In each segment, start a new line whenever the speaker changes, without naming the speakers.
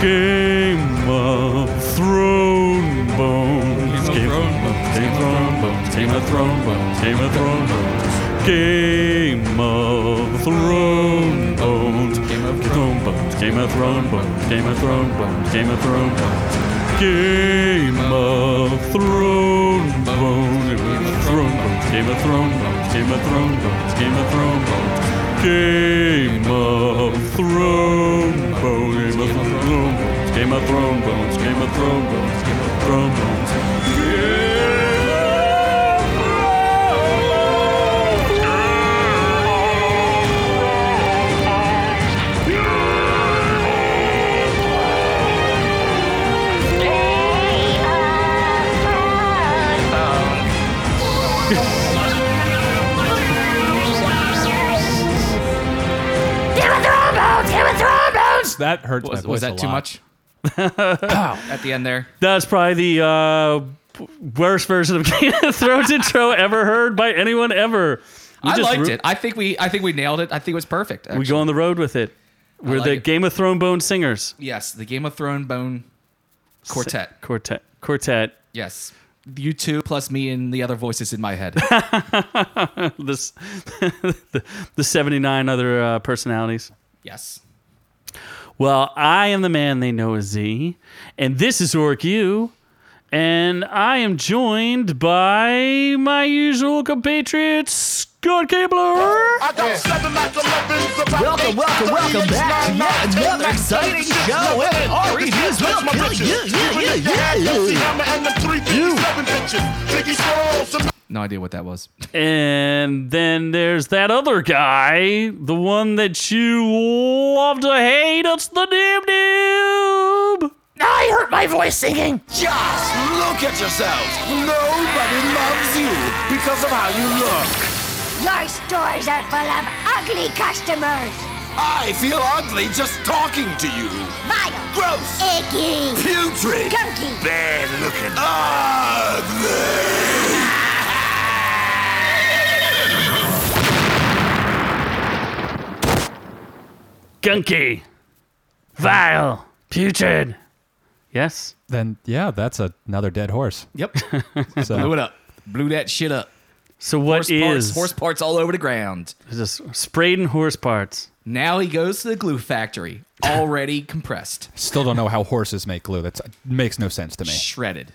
Game of Throne Bones.
Game of Throne Bones.
Game of Throne Bones. Game of Throne Bones. Game of Throne Bones. Game of Throne Bones.
Game of
Throne Bones. Game of Throne Bones. Game of Throne Bones. Game of Throne Bones. Game of Throne Bones. Game of Throne Bones. Game of Throne Bones. Game of Throne Bones. Game of Throne Bones. Game of Throne Bones. Game of Throne Bones. Game of Throne Bones. Game of Throne Bones. Game of Throne Bones.
That hurts.
Was,
my
was
voice
that
a
too
lot.
much? Pow, at the end there.
That's probably the uh, p- worst version of Game of Thrones intro ever heard by anyone ever. We
I
just
liked
ru-
it. I think we I think we nailed it. I think it was perfect.
We
actually.
go on the road with it. We're
like
the
it.
Game of Thrones bone singers
yes, the Game of Thrones bone quartet.
quartet. Quartet.
Yes. You two plus me and the other voices in my head.
This the, the seventy nine other uh, personalities.
yes.
Well, I am the man they know as Z, and this is Orc U, and I am joined by my usual compatriot Scott Cabler.
Welcome, welcome, welcome back to yet another exciting show. And our reviews will kill you, you, you, you.
No idea what that was.
And then there's that other guy, the one that you love to hate. It's the Dib Dib.
I hurt my voice singing.
Just look at yourselves. Nobody loves you because of how you look.
Your stores are full of ugly customers.
I feel ugly just talking to you.
Vile,
Gross.
icky,
Putrid.
gunky.
Bad looking. Ugly.
Gunky. Vile. Putrid. Yes?
Then yeah, that's another dead horse.
Yep. Blew
So
it up. Blew that shit up.
So what
Horse
is
parts, horse parts all over the ground.
is this sprayed in horse parts?
Now he goes to the glue factory, already compressed,
still don't know how horses make glue. That makes no sense to me.
shredded.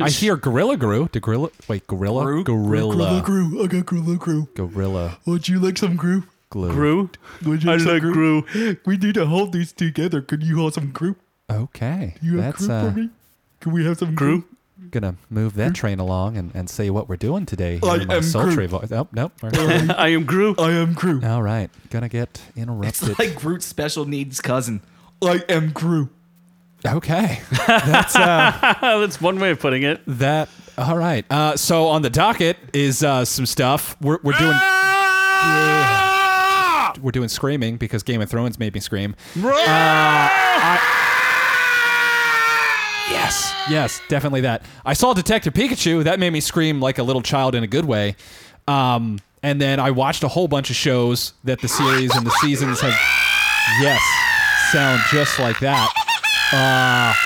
I hear gorilla grew. Do gorilla wait gorilla
Grew?
gorilla
Crew, I got Gorilla Crew.
gorilla
Would you like some crew?
glue.
Grew?
Would you
I like grew.
We need to hold these together. Could you hold some crew?
Okay,
You have
that's
crew
uh,
for me? Can we have some
Grew?
crew?
gonna move that train along and, and say what we're doing today.
I
here in my
am
sultry
Groot.
voice. Oh, nope. we're-
I am Grew.
I am crew.
All right, gonna get
It's
interrupted.
like Groot's special needs cousin.
I am crew.
okay, uh,
That's one way of putting it.
that all right. Uh, so on the docket is uh, some stuff. We're we're doing. We're doing screaming because Game of Thrones made me scream. Uh, Yes, yes, definitely that. I saw Detective Pikachu. That made me scream like a little child in a good way. Um, and then I watched a whole bunch of shows that the series and the seasons have, yes, sound just like that.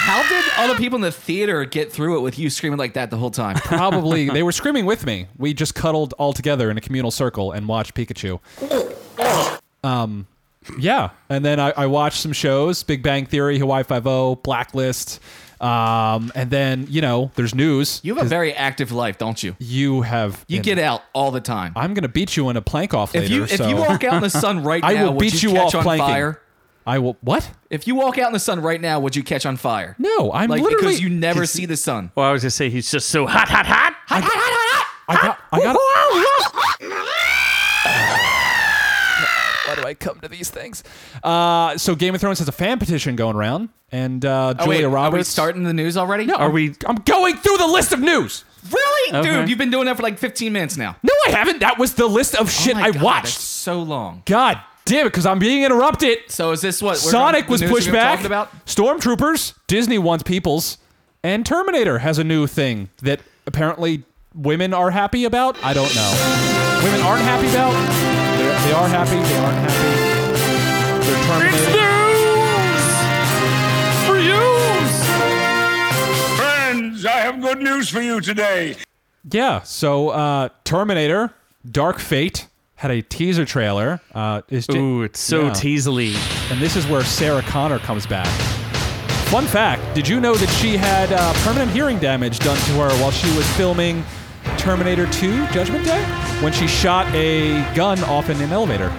How did all the people in the theater get through it with you screaming like that the whole time?
Probably they were screaming with me. We just cuddled all together in a communal circle and watched Pikachu. Um, yeah, and then I, I watched some shows: Big Bang Theory, Hawaii Five O, Blacklist. Um, and then you know, there's news.
You have a very active life, don't you?
you have
You
an
get out all the time.
I'm gonna beat you in a plank off later.
If you
so
if you walk out in the sun right now,
I will
would
beat
you,
you
catch
off
on
planking.
fire?
I will what?
If you walk out in the sun right now, would you catch on fire?
No, I'm
like
literally
because you never see the sun.
Well, I was going to say he's just so hot, hot, hot.
I got, I got, I got, Why do I come to these things? Uh, so Game of Thrones has a fan petition going around, and uh,
Oh,
Julia
wait,
Roberts.
are we starting the news already? No,
Are we?
I'm going through the list of news.
really,
Okay.
dude? You've been doing that for like 15 minutes now.
No, I haven't. That was the list of
Oh
shit
my
I
God,
watched.
that's so long.
God damn it, because I'm being interrupted.
So is this what we're
Sonic
gonna-
was
the news
pushed
we're gonna be
back.
talking About?
Stormtroopers, Disney wants peoples, and Terminator has a new thing that apparently women are happy about. I don't know. Women aren't happy about. They're, they are happy. They aren't happy. They're Terminator.
got good news for you today.
Yeah. So uh, Terminator, Dark Fate had a teaser trailer. Uh, is Ja-
Ooh, it's so
Yeah.
teasily.
and this is where Sarah Connor comes back. Fun fact: Did you know that she had uh, permanent hearing damage done to her while she was filming Terminator 2: Judgment Day when she shot a gun off in an elevator?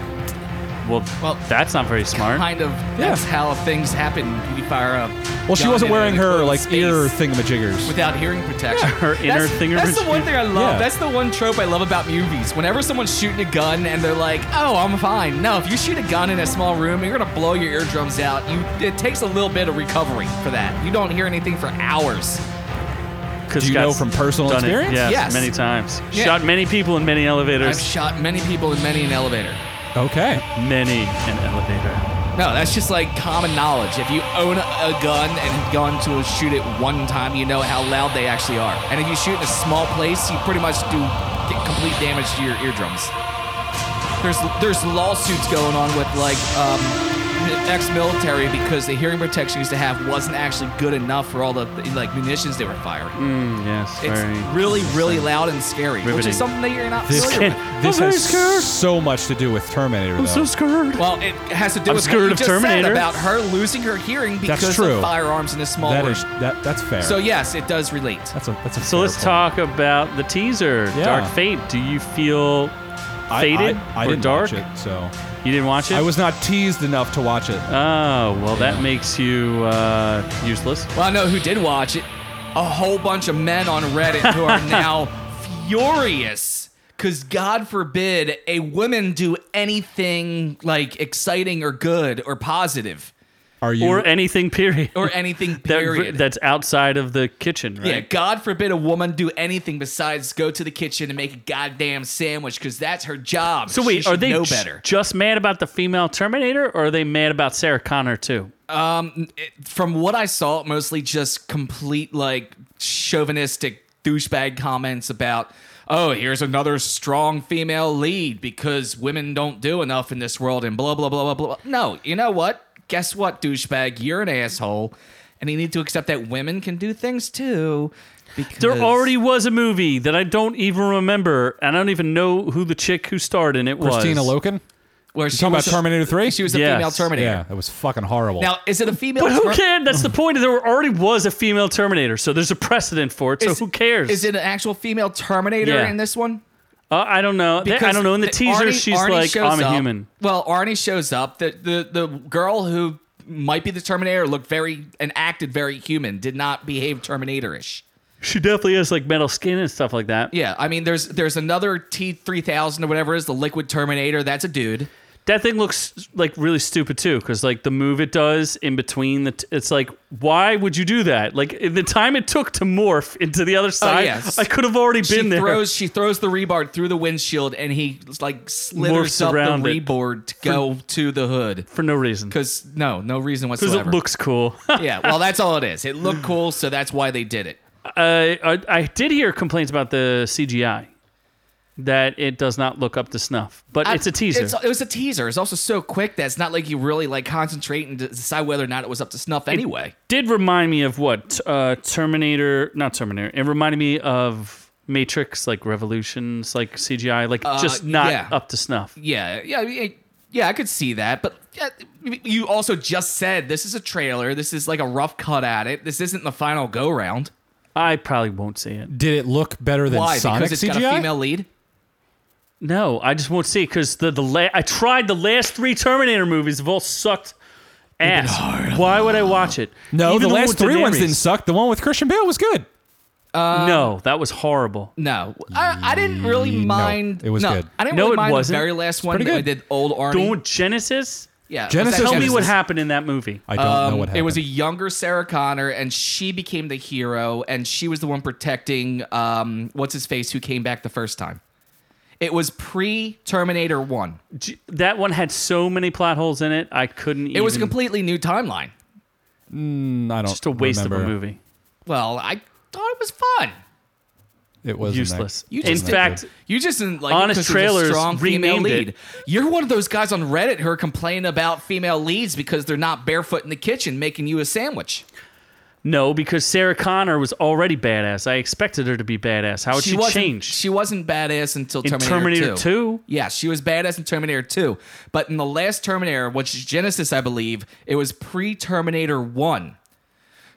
Well,
Well,
that's not very smart.
Kind of. That's how things happen. You fire up.
Well, she wasn't wearing her like ear thingamajiggers.
without hearing protection.
Her inner
that's,
finger
That's the one thing I love.
Yeah.
That's the one trope I love about movies. Whenever someone's shooting a gun and they're like, "Oh, I'm fine." No, if you shoot a gun in a small room, you're gonna blow your eardrums out. You it takes a little bit of recovery for that. You don't hear anything for hours.
Do
you know from personal experience?
Yeah,
Yes.
many times.
Yeah.
Shot many people in many
I've
elevators.
shot many people in many an elevator.
Okay.
many an elevator.
No, that's just like common knowledge. If you own a gun and have gone to shoot it one time, you know how loud they actually are. And if you shoot in a small place, you pretty much do get complete damage to your eardrums. There's there's lawsuits going on with like um, the ex-military because the hearing protection they used to have wasn't actually good enough for all the like munitions they were firing.
Mm, yes,
It's
very.
really really loud and scary, which
riveting.
is something that you're not
This
familiar
kid-
with.
This
I'm very
has
scared.
so much to do with Terminator. though.
scared.
Well, it has to do
I'm
with
scared
what you
of
just
Terminator.
said about her losing her hearing
That's
because
true.
of firearms in a small
That
room.
is that. That's fair.
so yes, it does relate.
that's a that's a.
So
fair
let's
point.
talk about the teaser,
Yeah.
Dark Fate. Do you feel
I-
faded
I, I,
or
didn't
dark?
watch it, so
You didn't watch it?
I was not teased enough to watch it.
Oh, well, that makes you uh, useless.
Well, I know who did watch it. A whole bunch of men on Reddit who are now furious because God forbid a woman do anything like exciting or good or positive
Are you?
Or anything, period.
or anything.
that,
Period.
that's outside of the kitchen, right?
Yeah, God forbid a woman do anything besides go to the kitchen and make a goddamn sandwich because that's her job.
So
She
wait, are
should
they
know
j-
better?
just mad about the female Terminator, or are they mad about Sarah Connor too?
it- from what I saw, mostly just complete like chauvinistic douchebag comments about, oh, here's another strong female lead because women don't do enough in this world and blah blah blah blah blah. No, you know what? Guess what, douchebag? You're an asshole, and you need to accept that women can do things too. Because
There already was a movie that I don't even remember, and I don't even know who the chick who starred in it was.
Christina Loken?
where
You
she
talking about
was a-
Terminator 3?
She was a
Yes.
female Terminator.
Yeah, that was fucking horrible.
Now, is it a female?
But who
Term-
cared? That's the point. There already was a female Terminator, so there's a precedent for it. So
Is-
who cares?
Is it an actual female Terminator
Yeah.
in this one?
Uh, I don't know. They- I
Because
don't know. In the
th-
teaser,
Arnie-
she's
Arnie
like,
shows
"I'm a
up-
human."
Well, Arnie shows up. The, the the girl who might be the Terminator looked very and acted very human. Did not behave Terminator-ish.
She definitely has like metal skin and stuff like that.
Yeah, I mean, there's there's another T three thousand or whatever it is the Liquid Terminator. That's a dude.
That thing looks like really stupid too, because like the move it does in between the, t- it's like, why would you do that? Like the time it took to morph into the other side,
Oh, yes.
I could have already
She
been there.
throws she throws the rebar through the windshield and he like slithers
Morphs
up the
around it.
reboard to go to the hood.
for no reason.
Because no, no reason
Because
whatsoever.
it looks cool.
yeah, well, that's all it is. It looked cool, so that's why they did it.
I, Uh, I, I did hear complaints about the CGI that it does not look up to snuff, but
I-
it's a teaser.
it was a teaser. It's also so quick that it's not like you really like concentrate and decide whether or not it was up to snuff anyway.
did remind me of what uh, Terminator, not Terminator. It reminded me of Matrix, like Revolutions, like CGI, like
Uh,
just not
yeah.
up to snuff.
yeah, yeah, yeah, yeah. I could see that, but yeah, you also just said this is a trailer. This is like a rough cut at it. This isn't the final go round.
I probably won't see it.
Did it look better than
Why?
Sonic
because it's
CGI?
got a female lead.
No, I just won't see it because the the la- I tried the last three Terminator movies have all sucked ass. Why would I watch it?
no,
Even
the
one
last
with
three ones
Daenerys.
didn't suck. The one with Christian Bale was good.
no, that was horrible.
No, I, I didn't really mind.
it was good.
I didn't
No,
really
it
mind
wasn't.
the very last one
pretty
that we
good.
did. Old Arnie.
Don't Genesis.
yeah, was
Genesis
that
Tell me
Genesis.
what happened in that movie.
I don't know what happened.
It was a younger Sarah Connor, and she became the hero, and she was the one protecting um, what's his face who came back the first time. It was pre Terminator One.
G- that one had so many plot holes in it. I couldn't.
It was a completely new timeline.
I don't
just a waste of a
remember.
movie.
Well, I thought it was fun.
It was
Useless.
You
in
just did-
fact,
You just didn't like
Honest
it 'cause it was a
Trailers
strong female
renamed it.
lead. You're one of those guys on Reddit who are complaining about female leads because they're not barefoot in the kitchen making you a sandwich.
No, because Sarah Connor was already badass. I expected her to be badass. How would she,
wasn't,
change?
She wasn't badass until
In
Terminator,
Terminator 2?
Yeah, she was badass in Terminator 2. But in the last Terminator, which is Genesis, I believe, it was pre Terminator 1.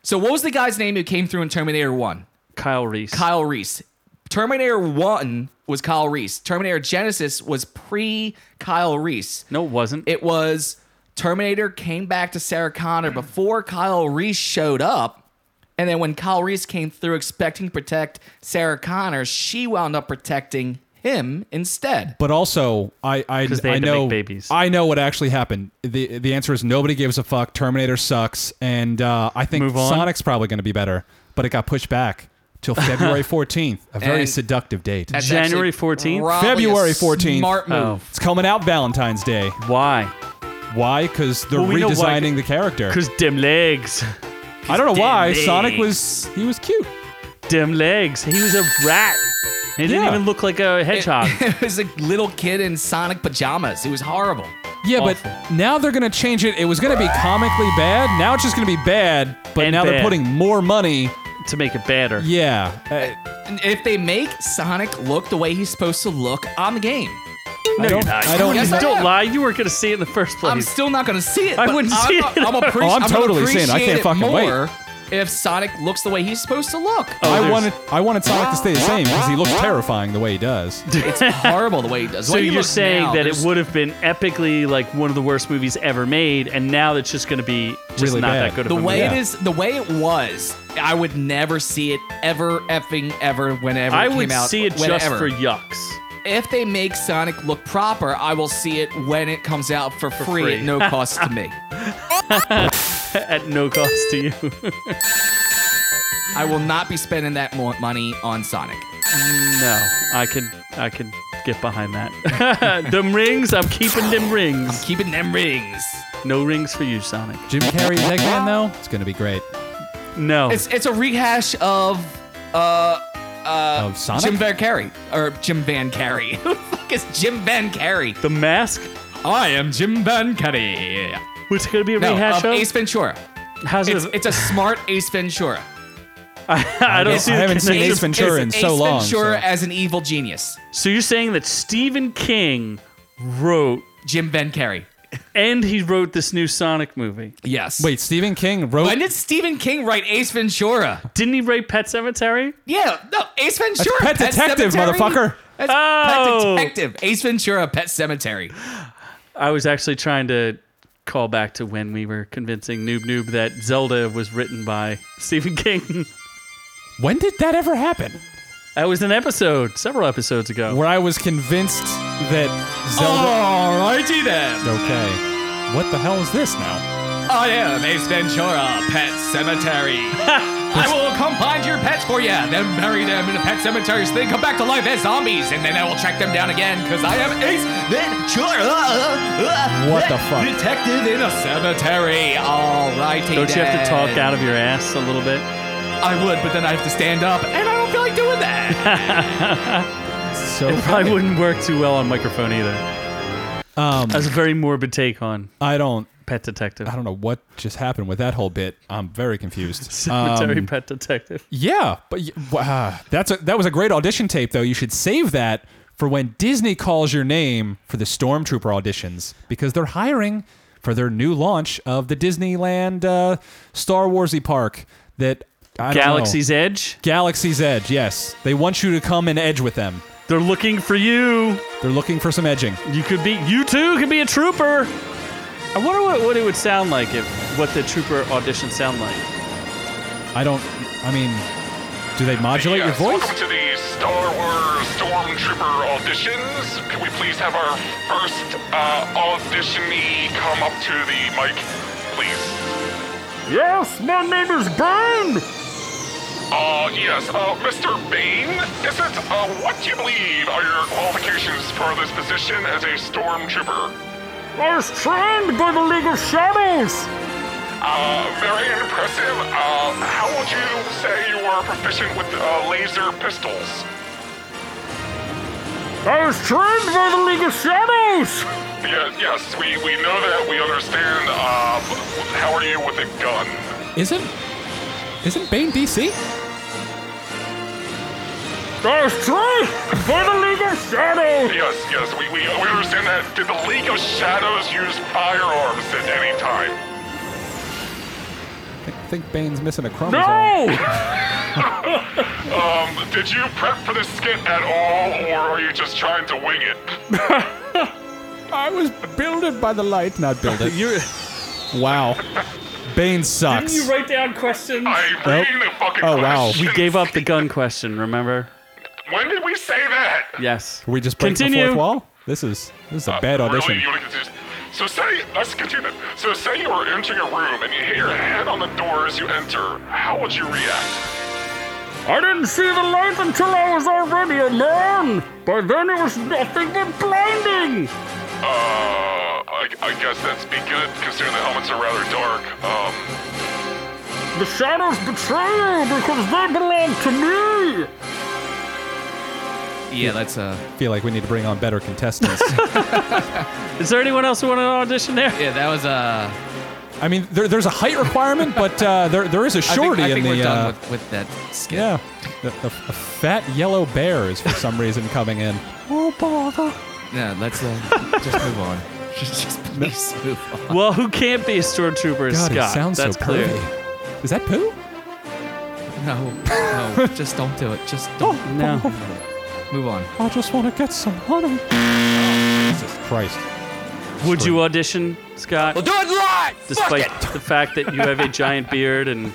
So what was the guy's name who came through in Terminator 1?
Kyle Reese.
Kyle Reese. Terminator 1 was Kyle Reese. Terminator Genesis was pre Kyle Reese.
no, it wasn't.
It was Terminator came back to Sarah Connor
Mm.
before Kyle Reese showed up. And then when Kyle Reese came through expecting to protect Sarah Connor, she wound up protecting him instead.
But also, I I,
'Cause they
I
had to
know
make babies.
I know what actually happened. the The answer is nobody gives a fuck. Terminator sucks, and uh, I think
Move on.
Sonic's probably going to be better. But it got pushed back till February fourteenth, a very
And-
seductive date.
That's
January
actually
14th?
probably a
February 14th.
Smart move.
Oh.
It's coming out Valentine's Day.
Why?
Why? Because they're
Well, we know why.
redesigning the character.
Because dim legs.
I don't know why.
Damn
Sonic
legs.
was he was cute.
Dim legs. He was a rat. He didn't
Yeah.
even look like a hedgehog.
It was a little kid in Sonic pajamas. It was horrible.
Yeah, but
Awful.
now they're gonna change it. It was gonna be comically bad. Now it's just gonna be bad. But
And
now
bad.
they're putting more money.
to make it better.
Yeah, Uh,
And if they make Sonic look the way he's supposed to look on the game,
no, you're
don't-
not.
I don't-
Yes, I
don't
am.
lie. You weren't going to see it in the first place.
I'm still not going to see it.
I
but
wouldn't
I'm,
see it
I'm, I'm,
either.
appre-
Oh, I'm
I'm
totally
appreciate
seeing it. I can't
it
fucking wait.
more If Sonic looks the way he's supposed to look,
Oh,
I
there's-
wanted I wanted Sonic to stay the same because he looks terrifying the way he does.
it's horrible the way he does. The
so
way he
you're
looks
saying
now,
that it
there's-
would have been epically like one of the worst movies ever made, and now it's just going to be just
Really
not
bad.
that good of
The
a
way it
movie.
is, the way it was, I would never see it ever, effing ever, whenever
I
it came
would
out.
see it just
whenever.
for yucks.
If they make Sonic look proper, I will see it when it comes out for, free,
free.
at no cost to me.
at no cost to you.
I will not be spending that mo- money on Sonic.
no, I could I could get behind that. them rings, I'm keeping them rings.
Keeping them rings.
No rings for you, Sonic.
Jim Carrey is Eggman though. It's gonna be great.
No,
It's it's a rehash of
Uh,
of Oh, Sonic.
Jim Van Carrey or Jim Van Carrey. Who the fuck is Jim Van Carrey?
the mask.
I am Jim Van Carrey.
Which could be a
No,
rehash
of
of.
Ace Ventura.
How's
It's,
it-
it's a smart Ace Ventura.
I don't
I
see. the
haven't seen
connection.
Ace Ventura in
It's
so
Ace
long.
Ventura
so-
as an evil genius.
So you're saying that Stephen King wrote
Jim Van Carrey.
and he wrote this new Sonic movie.
Yes.
Wait, Stephen King wrote.
When did Stephen King write Ace Ventura?
Didn't he write Pet Cemetery?
Yeah, no, Ace Ventura.
Pet Detective,
Sematary.
motherfucker.
That's
Oh.
Pet Detective. Ace Ventura, Pet Cemetery.
I was actually trying to call back to when we were convincing Noob Noob that Zelda was written by Stephen King.
When did that ever happen?
That was an episode, several episodes ago.
Where I was convinced that Zelda.
Oh.
Alrighty then.
Okay. What the hell is this now?
I am Ace Ventura, Pet Cemetery. I will come find your pets for you, then bury them in a pet cemetery so they come back to life as zombies, and then I will track them down again because I am Ace Ventura.
What the fuck?
Detective in a cemetery. Alrighty
Don't
then.
you have to talk out of your ass a little bit?
I would, but then I have to stand up, and I don't feel like doing that.
So
Probably wouldn't work too well on microphone either.
um,
That's a very morbid take on
I don't.
Pet Detective.
I don't know what just happened with that whole bit. I'm very confused.
Cemetery
Um,
Pet Detective.
yeah, but y- wow, that's a, that was a great audition tape though. You should save that for when Disney calls your name for the Stormtrooper auditions because they're hiring for their new launch of the Disneyland uh, Star Warsy park that I don't know.
Galaxy's Edge.
Galaxy's Edge. Yes, they want you to come and edge with them.
They're looking for you.
They're looking for some edging.
You could be. You too could be a trooper. I wonder what, what it would sound like if what the trooper audition sound like.
I don't. I mean, do they modulate
yes,
your
Welcome
voice?
to the Star Wars Stormtrooper auditions. Can we please have our first uh, auditionee come up to the mic, please?
Yes, my name is Burn.
Uh, yes, uh, Mr. Bane, is it, uh, what do you believe are your qualifications for this position as a Stormtrooper?
I was trained by the League of Shadows.
Uh, very impressive. Uh, how would you say you are proficient with uh, laser pistols?
I was trained by the League of Shadows.
Yes, yes, we, we know that. We understand. Uh, how are you with a gun?
Is it? Isn't Bane DC?
That's true! For the League of Shadows!
Yes, yes, we, we, we understand that. Did the League of Shadows use firearms at any time?
I think Bane's missing a chromosome.
No!
Um, did you prep for this skit at all, or are you just trying to wing it?
I was builded by the light, not builded. you Wow. Bane sucks.
You write down questions.
I'm reading the fucking
Oh, wow.
question.
We gave up the gun question, remember?
When did we say that?
Yes.
we just break
Continue.
the fourth wall? This is this is a bad audition.
Really, you wanna continue? So say, let's continue. So say you were entering a room and you hit your head on the door as you enter. How would you react?
I didn't see the light until I was already a man! By then it was nothing but blinding!
Uh, I, I guess that's be good considering the helmets are rather dark. Um,
The shadows betray you because they belong to me!
Yeah, that's uh
I feel like we need to bring on better contestants.
Is there anyone else who wanted to audition there?
yeah, that was uh
I mean, there, there's a height requirement, but uh, there there is a
I think,
shorty
I think
in
we're
the.
done
uh,
with, with that skit.
yeah, the, the, a fat yellow bear is for some reason coming in.
No, let's uh, just move on. Just, just please move on.
Well, who can't be a stormtrooper is
God,
Scott.
it sounds
That's
so
clear.
pervy. Is that poo?
No, no, just don't do it. Just don't.
No.
Move on.
I just want to get some honey. Jesus Christ. Oh,
Would you audition, Scott?
We'll do it live.
despite
Fuck it.
the fact that you have a giant beard and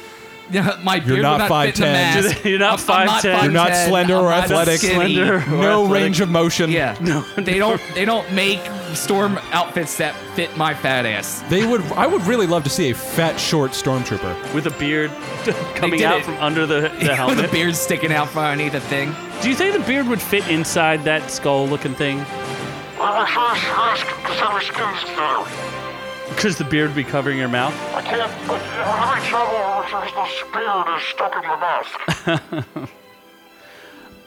Yeah, my beard
not
would not fit in the
5'10".
mask.
You're
I'm-
not
I'm not
5'10".
You're not slender
I'm
or
not
athletic.
skinny.
Slender. or
No
athletic.
range of motion.
Yeah.
No.
They don't. They don't make storm outfits that fit my fat ass.
They would. I would really love to see a fat, short
Um,
stormtrooper.
with a beard coming
did
out
it.
from under the, the
With the
helmet.
beard sticking out from underneath the thing.
Do you think the beard would fit inside that skull looking thing?
well, my first risk is every skin's thinner.
Because the beard would be covering your mouth?
I can't, I'm having trouble because the spear is stuck in my mouth.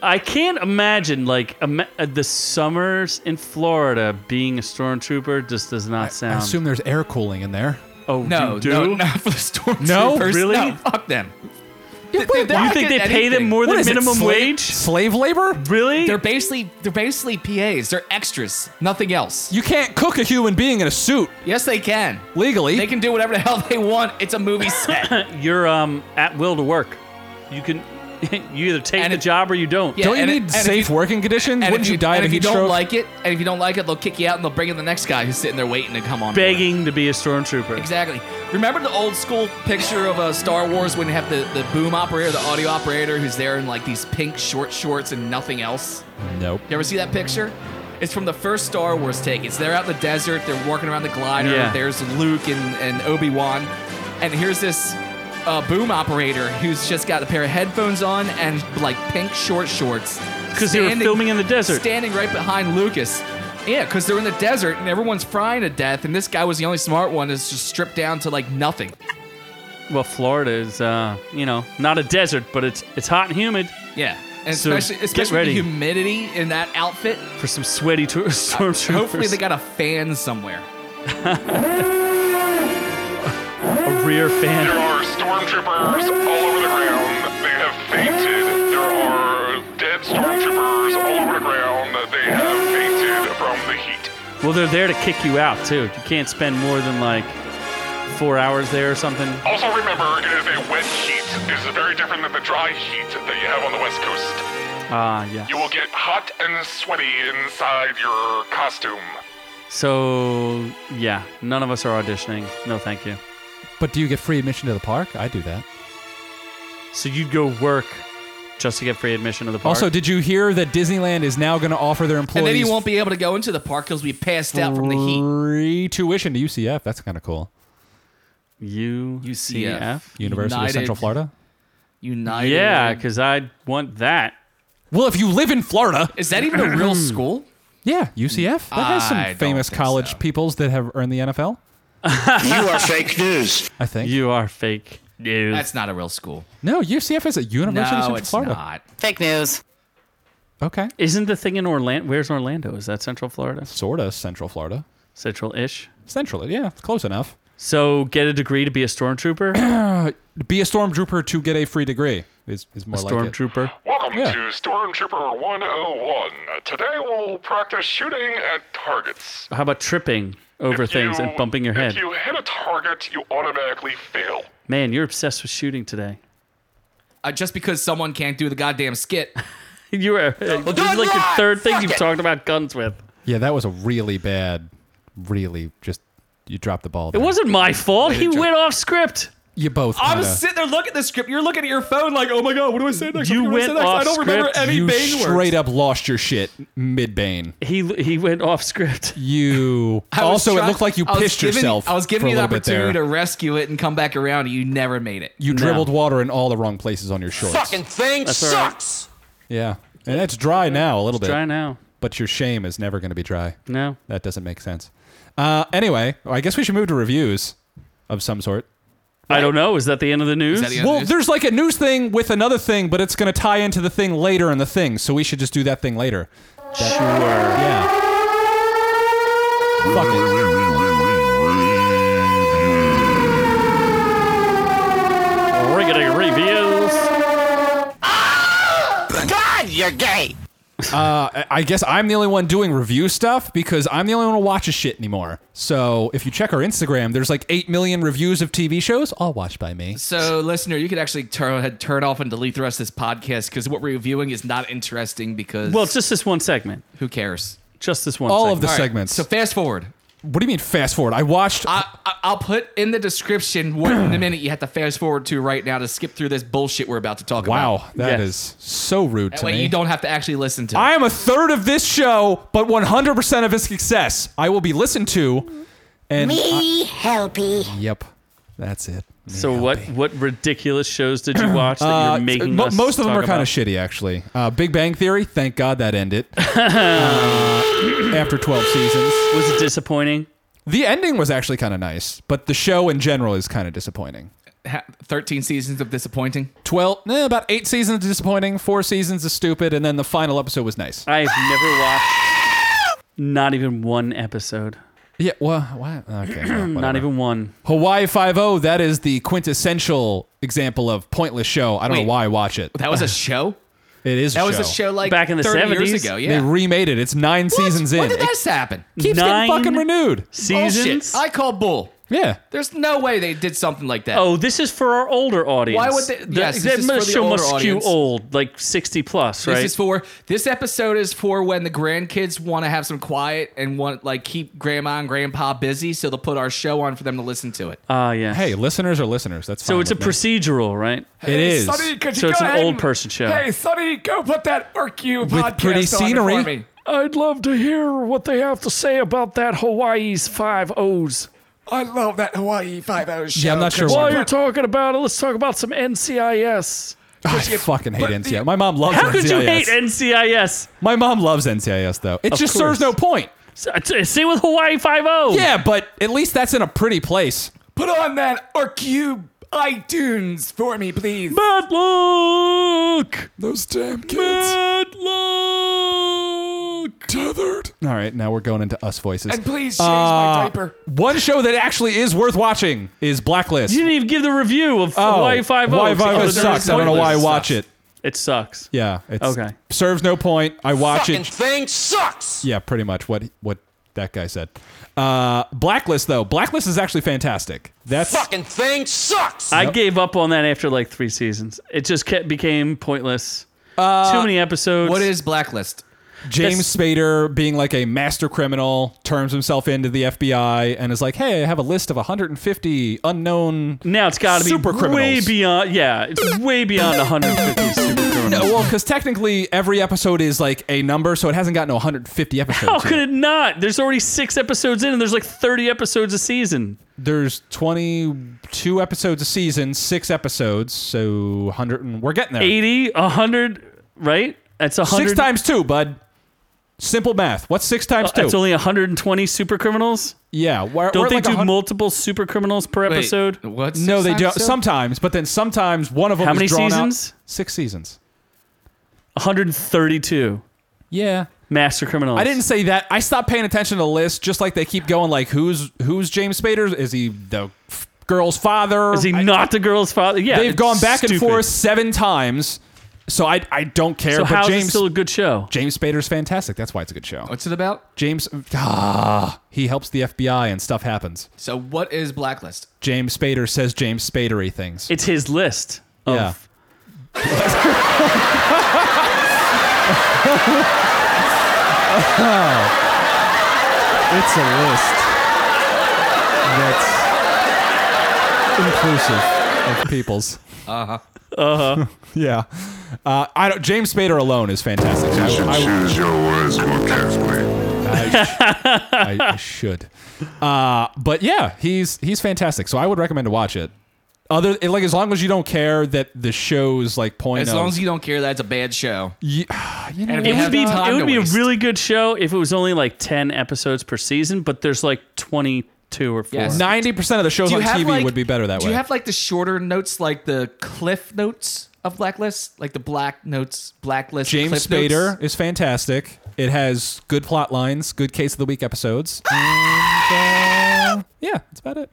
I can't imagine like ima- uh, the summers in Florida being a stormtrooper just does not
I
sound.
assume there's air cooling in there.
oh,
No,
you do?
no, not for the stormtroopers.
No?
Really?
No, fuck them.
You think they pay them more than minimum wage?
Slave labor?
Really?
They're basically they're basically PAs. They're extras. Nothing else.
You can't cook a human being in a suit
Yes, they can.
legally.
They can do whatever the hell they want. It's a movie set.
You're um at will to work. You can you either take
And
the
it-
job or you don't.
Yeah,
Don't you
and-
need
and if
safe
you-
working conditions?
And
Wouldn't
if
you, die
and
of
if
a
you
heat
don't
stroke?
like it, and if you don't like it, they'll kick you out and they'll bring in the next guy who's sitting there waiting to come on. board.
Begging to be a stormtrooper.
Exactly. Remember the old school picture of uh, Star Wars when you have the, the boom operator, the audio operator, who's there in like these pink short shorts and nothing else?
nope.
You ever see that picture? It's from the first Star Wars take. It's they're out in the desert, they're walking around the glider.
Yeah.
There's Luke and, and Obi Wan, and here's this uh, boom operator who's just got a pair of headphones on and like pink short shorts.
'Cause they were
standing-
filming in the desert.
standing right behind Lucas. Yeah, because they're in the desert and everyone's frying to death, and this guy was the only smart one. Is just stripped down to like nothing.
Well, Florida is, uh, you know, not a desert, but it's it's hot and humid
Yeah, and
So,
especially
get
especially with the
ready.
humidity in that outfit.
for some sweaty to- stormtroopers.
Hopefully, they got a fan somewhere.
a rear
There
fan.
are stormtroopers all over the ground. They have fainted. There are dead stormtroopers all over the ground. They have fainted from the heat.
Well, they're there to kick you out too. You can't spend more than like four hours there or something.
Also remember, it is a wet heat. It is very different than the dry heat that you have on the West Coast.
Ah, yeah.
You will get hot and sweaty inside your costume.
So yeah, none of us are auditioning. No, thank you.
But do you get free admission to the park? I do that.
So you'd go work just to get free admission to the park.
Also, did you hear that Disneyland is now going to offer their employees
And then he won't be able to go into the park because we passed out from the heat.
free tuition to UCF? That's kind of cool.
U
UCF.
University of Central
United-
Florida.
United.
Yeah, because I want that.
Well, if you live in Florida,
Is that even a real school?
yeah, UCF. That has
I
some
don't
famous
think
college
so.
peoples that have earned the NFL.
You are fake news.
I think.
You are fake news.
That's not a real school.
no, UCF is at University of
No,
Central
it's
Florida.
not.
Fake news.
Okay,
Isn't the thing in Orlando? Where's Orlando? Is that Central Florida?
sort of Central Florida.
Central-ish.
Central, yeah, close enough.
So get a degree to be a stormtrooper.
Be a stormtrooper to get a free degree is, is more like it.
Stormtrooper.
Welcome
Yeah.
to Stormtrooper 101. Today we'll practice shooting at targets.
How about tripping over things
You-
and bumping your head?
If you hit a target, you automatically fail.
Man, you're obsessed with shooting today.
Uh, just because someone can't do the goddamn skit,
You were. this is like the third thing you've talked about guns with.
Yeah, that was a really bad, really just you dropped the ball.
It wasn't my fault. He went off script.
You both.
I was
kinda-
sitting there looking at the script. You're looking at your phone like, oh my god, what do I say next?
You
What do I say
went
next? I
off
don't remember
script.
any
you
Bane words.
straight up lost your shit mid Bane.
He he went off script.
You
I was
also it
trying-
looked like you
I was
pissed
giving-
yourself.
I was
for
giving
a
you the
little bit
opportunity to
there.
rescue it and come back around, and you never made it.
You
No.
dribbled water in all the wrong places on your shorts.
Fucking thing
all right.
sucks.
Yeah, and it's dry now a little bit.
Try now.
But your shame is never going to be dry.
No.
That doesn't make sense. Uh, anyway, I guess we should move to reviews of some sort.
I don't know. Is that the end of the news?
that the end?
Well,
news?
there's like a news thing with another thing, but it's going to tie into the thing later in the thing, so we should just do that thing later.
Sure.
Yeah. Fuck it.
Riggedy reviews.
God, you're gay.
I- I guess I'm the only one doing review stuff because I'm the only one who watches shit anymore. So if you check our Instagram, there's like 8 million reviews of TV shows, all watched by me.
So, listener, you could actually turn turn off and delete the rest of this podcast because what we're reviewing is not interesting. Because
Well, it's just this one segment.
who cares?
Just this one.
All
segment.
of the
All right,
segments.
So fast forward.
what do you mean fast forward? I watched.
I, I, I'll put in the description what in a minute you have to fast forward to right now to skip through this bullshit we're about to talk about.
wow, that
Yes.
is so rude
That
to
way
me.
you don't have to actually listen to. it.
I am a third of this show, but 100% of its success. I will be listened to. And
Me helpy.
yep, that's it.
So what what ridiculous shows did you watch that
Uh,
you're making?
mo-
us
most of them are
talk
kind of
about?
shitty, actually. Uh, Big Bang Theory, thank God that ended uh, after 12 seasons.
Was it disappointing?
The ending was actually kind of nice, but the show in general is kind of disappointing.
Ha- Thirteen seasons of disappointing.
12, eh, about eight seasons is disappointing, four seasons is stupid, and then the final episode was nice.
I've never watched. Not even one episode.
Yeah, well, what? Okay. well,
Not
whatever.
even one.
Hawaii Five O. That is the quintessential example of pointless show. I don't
Wait.
know why I watch it.
That was a show.
It is.
That was a show like
Back in the
30 years
70s,
ago.
they
Yeah.
They remade it. It's nine seasons
When
in.
did
It
this happen?
keeps
Nine
getting fucking renewed.
seasons.
Bullshit. I call bull.
Yeah.
There's no way they did something like that.
Oh, this is for our older audience.
Why would they-
The-
yes,
that
this is
must-
for the
show
older
must
audience.
skew old, like sixty plus,
This
right?
is for this episode is for when the grandkids want to have some quiet and want like keep grandma and grandpa busy, so they'll put our show on for them to listen to it.
Ah, yeah.
Hey, listeners are listeners. That's
so
fine
it's a
with me.
procedural, right?
It is
could
So it's an old person show.
Sonny, go put that RQ
with pretty scenery.
I'd love to hear what they have to say about that Hawaii's five O's.
I love that Hawaii Five O show.
Yeah, I'm not sure
because-
why.
While you're talking about it, let's talk about some NCIS.
I fucking hate NCIS. My mom loves
How
NCIS.
could you hate NCIS?
My mom loves NCIS though. It
course.
just serves no point.
S- Same with Hawaii Five O.
Yeah, but at least that's in a pretty place.
Put on that RQ iTunes for me, please.
Bad luck.
Those damn kids.
Bad luck.
Tethered. All right, now we're going into us voices.
And please change my
Uh,
diaper.
One show that actually is worth watching is Blacklist.
You didn't even give the review of
Oh,
Hawaii Five O.
Hawaii Five-O sucks. I don't know why I watch it.
It sucks.
Yeah. It's,
Okay.
Serves no point. I watch
Fucking
it.
thing sucks.
Yeah, pretty much what what that guy said. Uh, Blacklist though. Blacklist is actually fantastic. That's
Fucking thing sucks.
I gave up on that after like three seasons. It just kept became pointless.
Uh,
Too many episodes.
What is blacklist?
James
Yes.
Spader being like a master criminal, turns himself into the FBI and is like, "Hey, I have a list of 150 unknown."
now? It's got to be
Super criminals.
way beyond. Yeah, it's way beyond 150 super criminals.
No, well, because technically every episode is like a number, so it hasn't gotten to 150 episodes.
How
yet.
could it not? There's already six episodes in, and there's like 30 episodes a season.
There's 22 episodes a season, six episodes, so 100 and we're getting there.
80, 100, right? That's 100.
Six times two, bud. Simple math. What's six times two?
uh, That's only 120 super criminals.
yeah. We're,
Don't
we're
they
like
do
100
multiple super criminals per episode?
Wait, what?
No, they
Six
don't.
times two?
Sometimes, but then sometimes one of them.
How
is
many
drawn out-
seasons?
Six seasons.
132.
Yeah.
master criminals.
I didn't say that. I stopped paying attention to the list, just like they keep going. Like, who's who's James Spader? Is he the f- girl's father?
Is he
I-
not the girl's father? Yeah,
They've
it's
gone back and
stupid.
forth seven times, so I I don't care.
So
but
how's
James
it still a good show?
James Spader's fantastic. That's why it's a good show.
What's it about?
James, ah, he helps the FBI and stuff happens.
So what is Blacklist?
James Spader says James Spadery things.
It's his list. Of,
yeah. it's a list that's inclusive of peoples. Uh-huh. Uh huh. Uh
Uh-huh.
huh. yeah. Uh, I don't, James Spader alone is fantastic. I, I-
choose your words more carefully.
I, I should. Uh, but yeah, he's he's fantastic. So I would recommend to watch it. Other like as long as you don't care that the show's like point.
As long as you don't care that it's a bad show.
you, you know,
And if
It
you
would
have
be
time
it
to
would be a
waste.
really good show if it was only like ten episodes per season, but there's like twenty two or four.
Yes.
ninety percent of the shows
Do
on
you have,
TV
like-
would be better that
do
way.
you have like the shorter notes, like the cliff notes of Blacklist, like the black notes, Blacklist?
James
cliff
Spader
notes?
is fantastic. It has good plot lines, good case of the week episodes. And, uh, yeah, that's about it.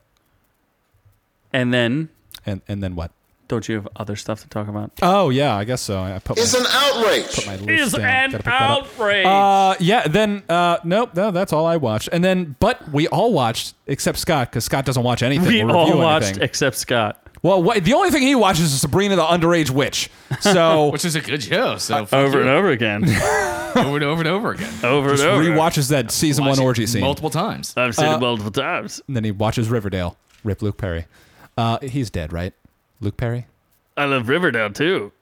And then
And and then what?
don't you have other stuff to talk about?
Oh yeah, I guess so. I I put
It's
my,
an outrage.
my list
Is
down.
an
Gotta pick that up.
outrage.
Uh, yeah. Then uh, nope, no, that's all I watched. And then, but we all watched except Scott because Scott doesn't watch anything.
we
or
all
review
watched
anything.
except Scott.
well, what, the only thing he watches is Sabrina the underage witch. So
which is a good show. So fuck
Uh, Over
you.
and over again.
over and over and over again.
over and over.
rewatches that season
Watch
one
it
orgy scene,
multiple times.
I've seen
Uh,
it multiple times.
and then he watches Riverdale. Rip Luke Perry. Uh, he's dead, right? Luke Perry.
I love Riverdale too.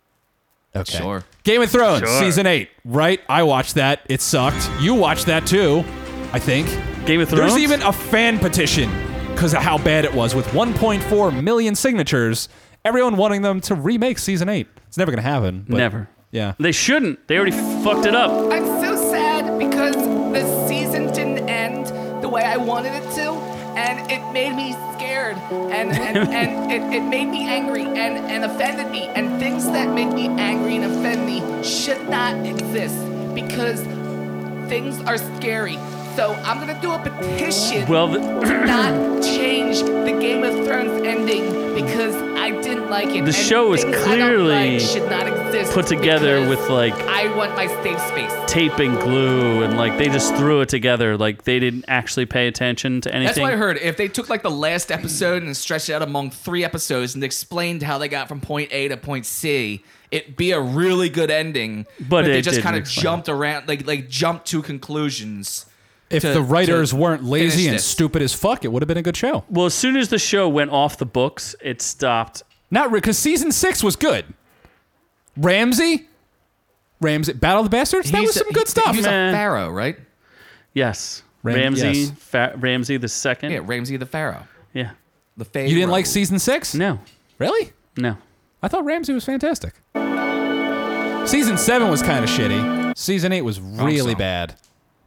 Okay.
Sure.
Game of Thrones
Sure.
season eight, right? I watched that. It sucked. You watched that too, I think.
Game of Thrones.
There's even a fan petition because of how bad it was with 1.4 million signatures. Everyone wanting them to remake season eight. It's never gonna happen. but-
Never.
Yeah.
They shouldn't. They already fucked it up.
I'm so sad because the season didn't end the way I wanted it to, and it made me scared, and and, and it, it made me angry, and, and offended me, and things that make me angry and offend me should not exist because things are scary. So I'm gonna do a petition
Well, the,
to not change the Game of Thrones ending because I didn't like it.
The
and
show is
things I don't
clearly
like should not exist
put together
because
with like
I want my safe space.
tape and glue, and like they just threw it together. Like they didn't actually pay attention to anything.
That's what I heard. If they took like the last episode and stretched it out among three episodes and explained how they got from point A to point C, it'd be a really good ending.
But
they
it
just
didn't
kind of
explain
jumped around, like like jumped to conclusions.
If
to-
the writers
to
weren't lazy
finish
and
this.
stupid as fuck, it would have been a good show.
Well, as soon as the show went off the books, it stopped.
Not because season six was good. Ramsey, Ramsey, Battle of the Bastards. That
He's
was
a-
some good
he-
stuff.
He was
man.
a pharaoh, right?
Yes.
Ram-
Ramsey,
yes.
Fa- Ramsey the second.
Yeah, Ramsey the pharaoh.
Yeah.
The pharaoh.
You didn't like season six?
No.
Really?
No.
I thought Ramsey was fantastic. Season seven was kind of shitty. Season eight was really
song.
bad.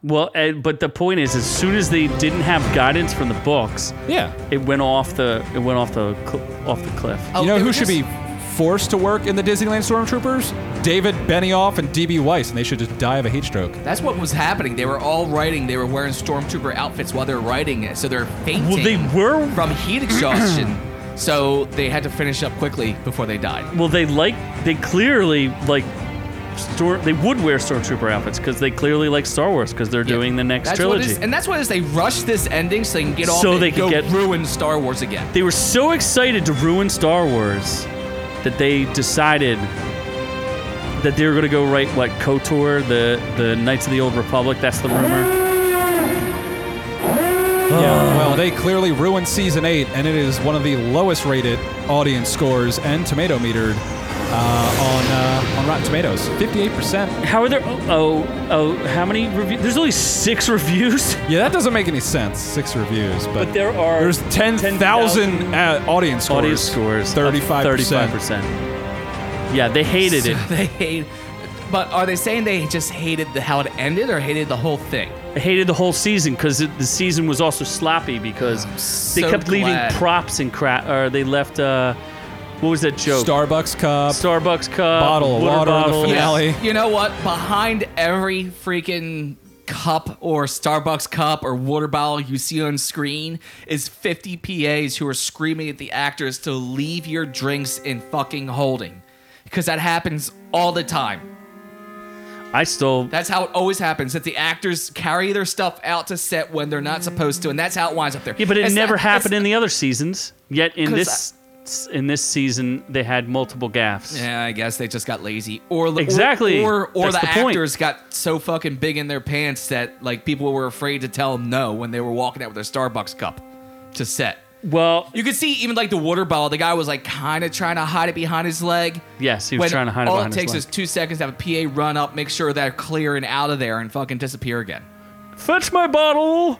Well, eh, but the point is, as soon as they didn't have guidance from the books,
Yeah.
it went off the it went off the cl- off the cliff.
Oh,
you know
it
who
was
should
just-
be forced to work in the Disneyland Stormtroopers? David Benioff and DB Weiss, and they should just die of a heat stroke.
That's what was happening. They were all writing. They were wearing stormtrooper outfits while they were writing it, so they're fainting.
Well, they were-
from heat exhaustion. So they had to finish up quickly before they died.
Well, they like they clearly like storm. They would wear stormtrooper outfits because they clearly like Star Wars because they're doing the next
That's what it
trilogy.
is- and that's what it is. They rush this ending so they can get off
So
it
they
and
can
go
get-
ruin Star Wars again.
they were so excited to ruin Star Wars that they decided that they were going to go write what KOTOR, the the Knights of the Old Republic. That's the rumor.
Yeah. Well, they clearly ruined season eight, and it is one of the lowest rated audience scores and tomato metered uh, on uh, on Rotten Tomatoes, fifty-eight percent.
How are there? Oh, oh, oh how many reviews? There's only six reviews.
Yeah, that doesn't make any sense. Six reviews, but,
But there are
there's ten
10,000
thousand uh, audience scores.
audience scores
thirty-five percent.
percent. Yeah, they hated it.
They hate. But are they saying they just hated the, how it ended or hated the whole thing?
I hated the whole season because the season was also sloppy because they
so
kept leaving
glad.
props and crap, or they left uh, What was that joke?
Starbucks cup.
Starbucks cup.
Bottle of
water
water in the
bottle.
finale.
You know what? Behind every freaking cup or Starbucks cup or water bottle you see on screen is 50 PAs who are screaming at the actors to leave your drinks in fucking holding. Because that happens all the time.
I still.
That's how it always happens. That the actors carry their stuff out to set when they're not supposed to, and that's how it winds up there.
Yeah, but it
It's
never
not-
happened
it's-
in the other seasons. Yet in
'Cause
this in this season, they had multiple gaffes.
Yeah, I guess they just got lazy, or the,
Exactly.
or or, or the,
That's the point.
actors got so fucking big in their pants that like people were afraid to tell them no when they were walking out with their Starbucks cup to set.
Well,
You could see even like the water bottle. The guy was like kind of trying to hide it behind his leg.
yes, he was
When
trying to hide it
all
behind
it takes
his
is two seconds to have a PA run up, make sure they're clear and out of there, and fucking disappear again.
leg. Fetch my bottle.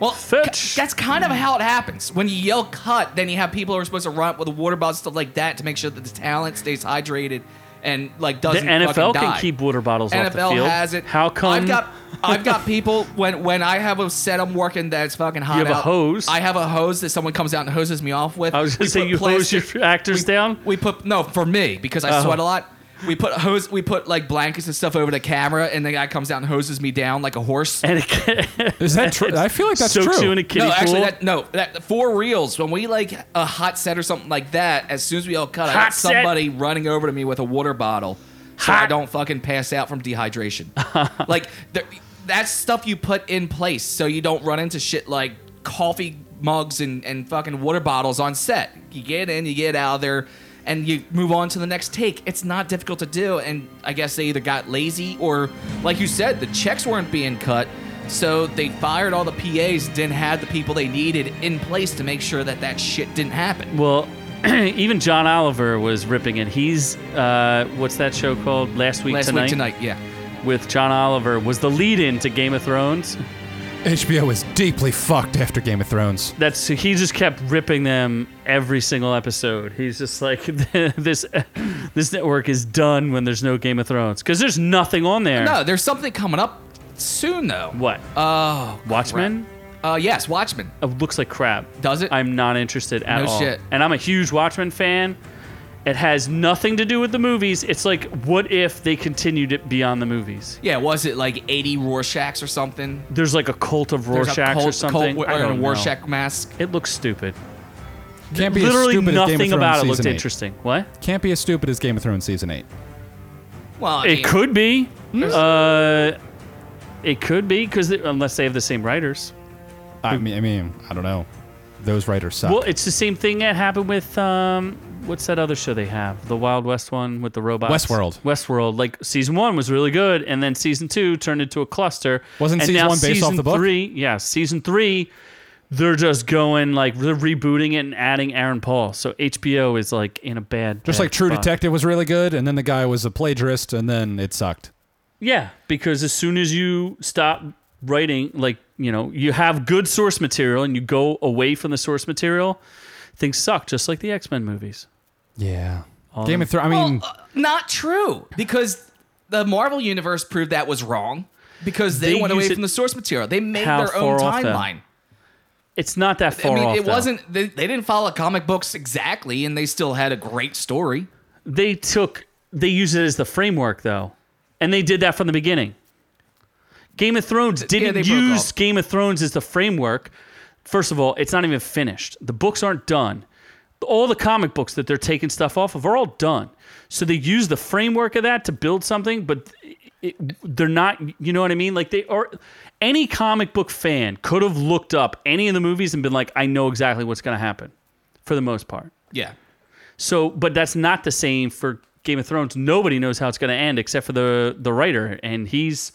Well,
Fetch.
That's kind of how it happens. When you yell cut, then you have people who are supposed to run up with a water bottle stuff like that to make sure that the talent stays hydrated and like
The
doesn't
NFL
fucking
can
die.
keep water bottles off the
NFL
field.
has it.
How come?
I've got I've got people when when I have a set I'm working that's fucking hot.
have a
out,
hose?
I have a hose that someone comes out and hoses me off with.
I was
We
gonna say
put
you hose
plastic-
your actors down.
we put no for me because I
Oh.
sweat a lot. We put hose. We put like blankets and stuff over the camera, and the guy comes out and hoses me down like a horse.
And it
Is that true? I feel like that's
soaks
true.
you in a kiddie
no, actually,
pool.
that, no. That for reals, when we like a hot set or something like that, as soon as we all cut, I
Hot
got
set.
somebody running over to me with a water bottle, so I
Hot.
don't fucking pass out from dehydration. like there, that's stuff you put in place so you don't run into shit like coffee mugs and and fucking water bottles on set. You get in, you get out of there. And you move on to the next take. It's not difficult to do, and I guess they either got lazy or, like you said, the checks weren't being cut. So they fired all the PAs, didn't have the people they needed in place to make sure that that shit didn't happen.
Well, even John Oliver was ripping it. He's uh, what's that show called? Last week
Last
tonight.
week tonight, yeah.
with John Oliver was the lead-in to Game of Thrones.
HBO was deeply fucked after Game of Thrones.
That's he just kept ripping them every single episode. He's just like this this network is done when there's no Game of Thrones because there's nothing on there.
No, there's something coming up soon though.
What? Oh.
Oh,
Watchmen?
uh, yes, Watchmen.
It looks like crap.
Does it?
I'm not interested at
No
all.
shit.
And I'm a huge Watchmen fan. It has nothing to do with the movies. It's like, what if they continued it beyond the movies?
Yeah, was it like 80 Rorschachs or something?
There's like a cult of
There's
Rorschachs
a cult,
or something.
Cult,
I
wearing
don't
a
know.
Rorschach mask.
It looks stupid.
Can't be as
Literally
stupid as Game
nothing
of Thrones
about it looked
season eight.
interesting. What?
Can't be as stupid as Game of Thrones season eight.
Well, I
It
mean,
could be. Uh, it could be because unless they have the same writers.
I mean, I mean, I don't know. Those writers suck.
Well, it's the same thing that happened with um, what's that other show they have? The Wild West one with the robots.
Westworld.
Westworld. Like season one was really good, and then season two turned into a cluster.
Wasn't
and
season
now
one based off
season
the book?
Three, yeah, season three. They're just going like they're rebooting it and adding Aaron Paul. So HBO is like in a bad.
Just
bad
like True
spot.
Detective was really good, and then the guy was a plagiarist, and then it sucked.
Yeah, because as soon as you stop writing, like, you know, you have good source material and you go away from the source material, things suck, just like the X Men movies.
Yeah. Game of Thrones. I mean,
uh, not true because the Marvel universe proved that was wrong because they,
They
went away
use it-
from the source material. They made
How
their own
far off, though?
timeline.
It's not that
I
far
mean,
off.
it
though.
wasn't. They, they didn't follow comic books exactly, and they still had a great story.
They took, they use it as the framework, though. And they did that from the beginning. Game of Thrones didn't
they broke
use
off.
Game of Thrones as the framework. First of all, it's not even finished. The books aren't done. All the comic books that they're taking stuff off of are all done. So they use the framework of that to build something, but it, they're not. You know what I mean? Like they are. Any comic book fan could have looked up any of the movies and been like, "I know exactly what's going to happen," for the most part.
Yeah.
So, but that's not the same for Game of Thrones. Nobody knows how it's going to end except for the the writer, and he's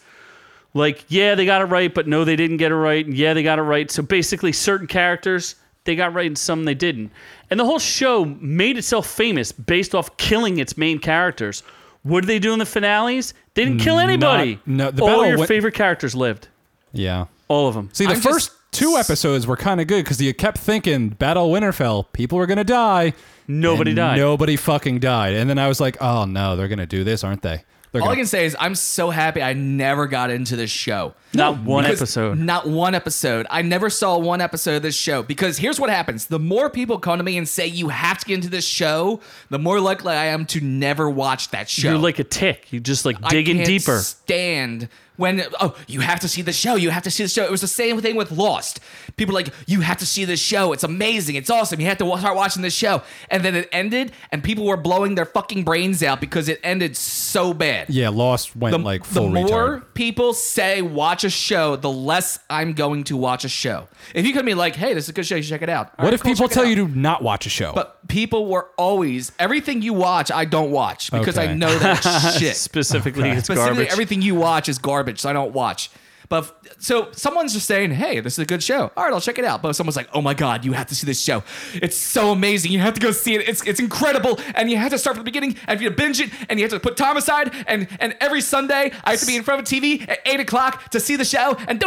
like, yeah, they got it right, but no, they didn't get it right. and Yeah, they got it right. So basically, certain characters they got right and some they didn't. And the whole show made itself famous based off killing its main characters. What did they do in the finales? They didn't kill anybody.
no, the
all
battle
your
went-
favorite characters lived.
yeah.
All of them.
See, the
I'm just-
first two episodes were kind of good because you kept thinking Battle of Winterfell, people are gonna die.
Nobody
And
died.
Nobody fucking died. And then I was like, oh no, they're gonna do this, aren't they? They're
All I
gonna-
can say is I'm so happy I never got into this show.
Not one
Because-
episode.
Not one episode. I never saw one episode of this show because here's what happens. The more people come to me and say you have to get into this show, the more likely I am to never watch that show.
You're like a tick. You're just like
I
digging
can't
deeper.
Stand when oh you have to see the show. You have to see the show. It was the same thing with Lost. People were like you have to see this show. It's amazing. It's awesome. You have to wa- start watching this show. And then it ended, and people were blowing their fucking brains out because it ended so bad.
Yeah, Lost went
The,
like
the
full
more
retard.
people say watch a show, the less I'm going to watch a show. If you come to me like, hey, this is a good show, you should check it out. All
What
right,
if
cool,
people
check it
tell
out.
you to not watch a show?
But people were always everything you watch, I don't watch because
Okay.
I know that it's shit.
Specifically, it's
Specifically,
garbage.
everything you watch is garbage, so I don't watch. But f- so someone's just saying, "Hey, this is a good show. All right, I'll check it out." But someone's like, "Oh my god, you have to see this show. It's so amazing. You have to go see it. It's it's incredible, and you have to start from the beginning, and you have to binge it, and you have to put time aside, and and every Sunday I have to be in front of a TV at eight o'clock to see the show." And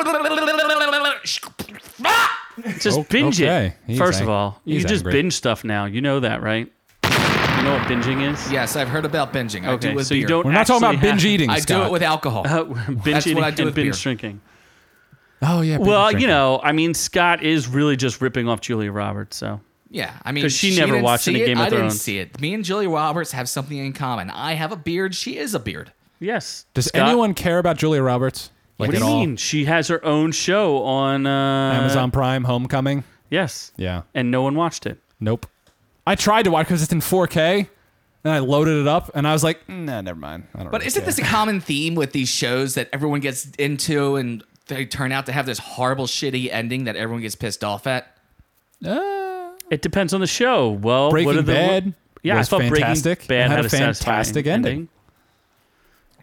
just
O-
binge
Oh, okay.
it.
He's
First of
ang-
all, you
he's
just
angry.
binge stuff now. You know that, right? You know what binging is?
yes, I've heard about binging. I do it
Okay,
with
so you
beer.
don't.
We're not talking about
actually have-
binge eating.
I do
Scott.
it with alcohol.
Uh, binge
That's
eating
what I do
and
with
binge
beer.
drinking.
Oh yeah. binge
Well, you
drinking.
know, I mean, Scott is really just ripping off Julia Roberts. So
Yeah, I mean,
'Cause she never
didn't
watched
see
any
it,
Game of
I didn't
Thrones.
see it. Me and Julia Roberts have something in common. I have a beard. She is a beard.
yes.
Does
Scott-
anyone care about Julia Roberts? Like
What do
at
you
all?
mean? She has her own show on uh,
Amazon Prime Homecoming.
Yes.
Yeah.
And no one watched it.
Nope. I tried to watch because it's in 4K, and I loaded it up, and I was like, Nah, never mind. I don't.
But isn't this a common theme with these shows that everyone gets into and they turn out to have this horrible, shitty ending that everyone gets pissed off at?
this uh,
It depends on the show. Well,
Breaking
what are the,
Bad?
Yeah,
was
I thought
fantastic.
Breaking Bad
and
had,
had a
a satisfying
fantastic ending.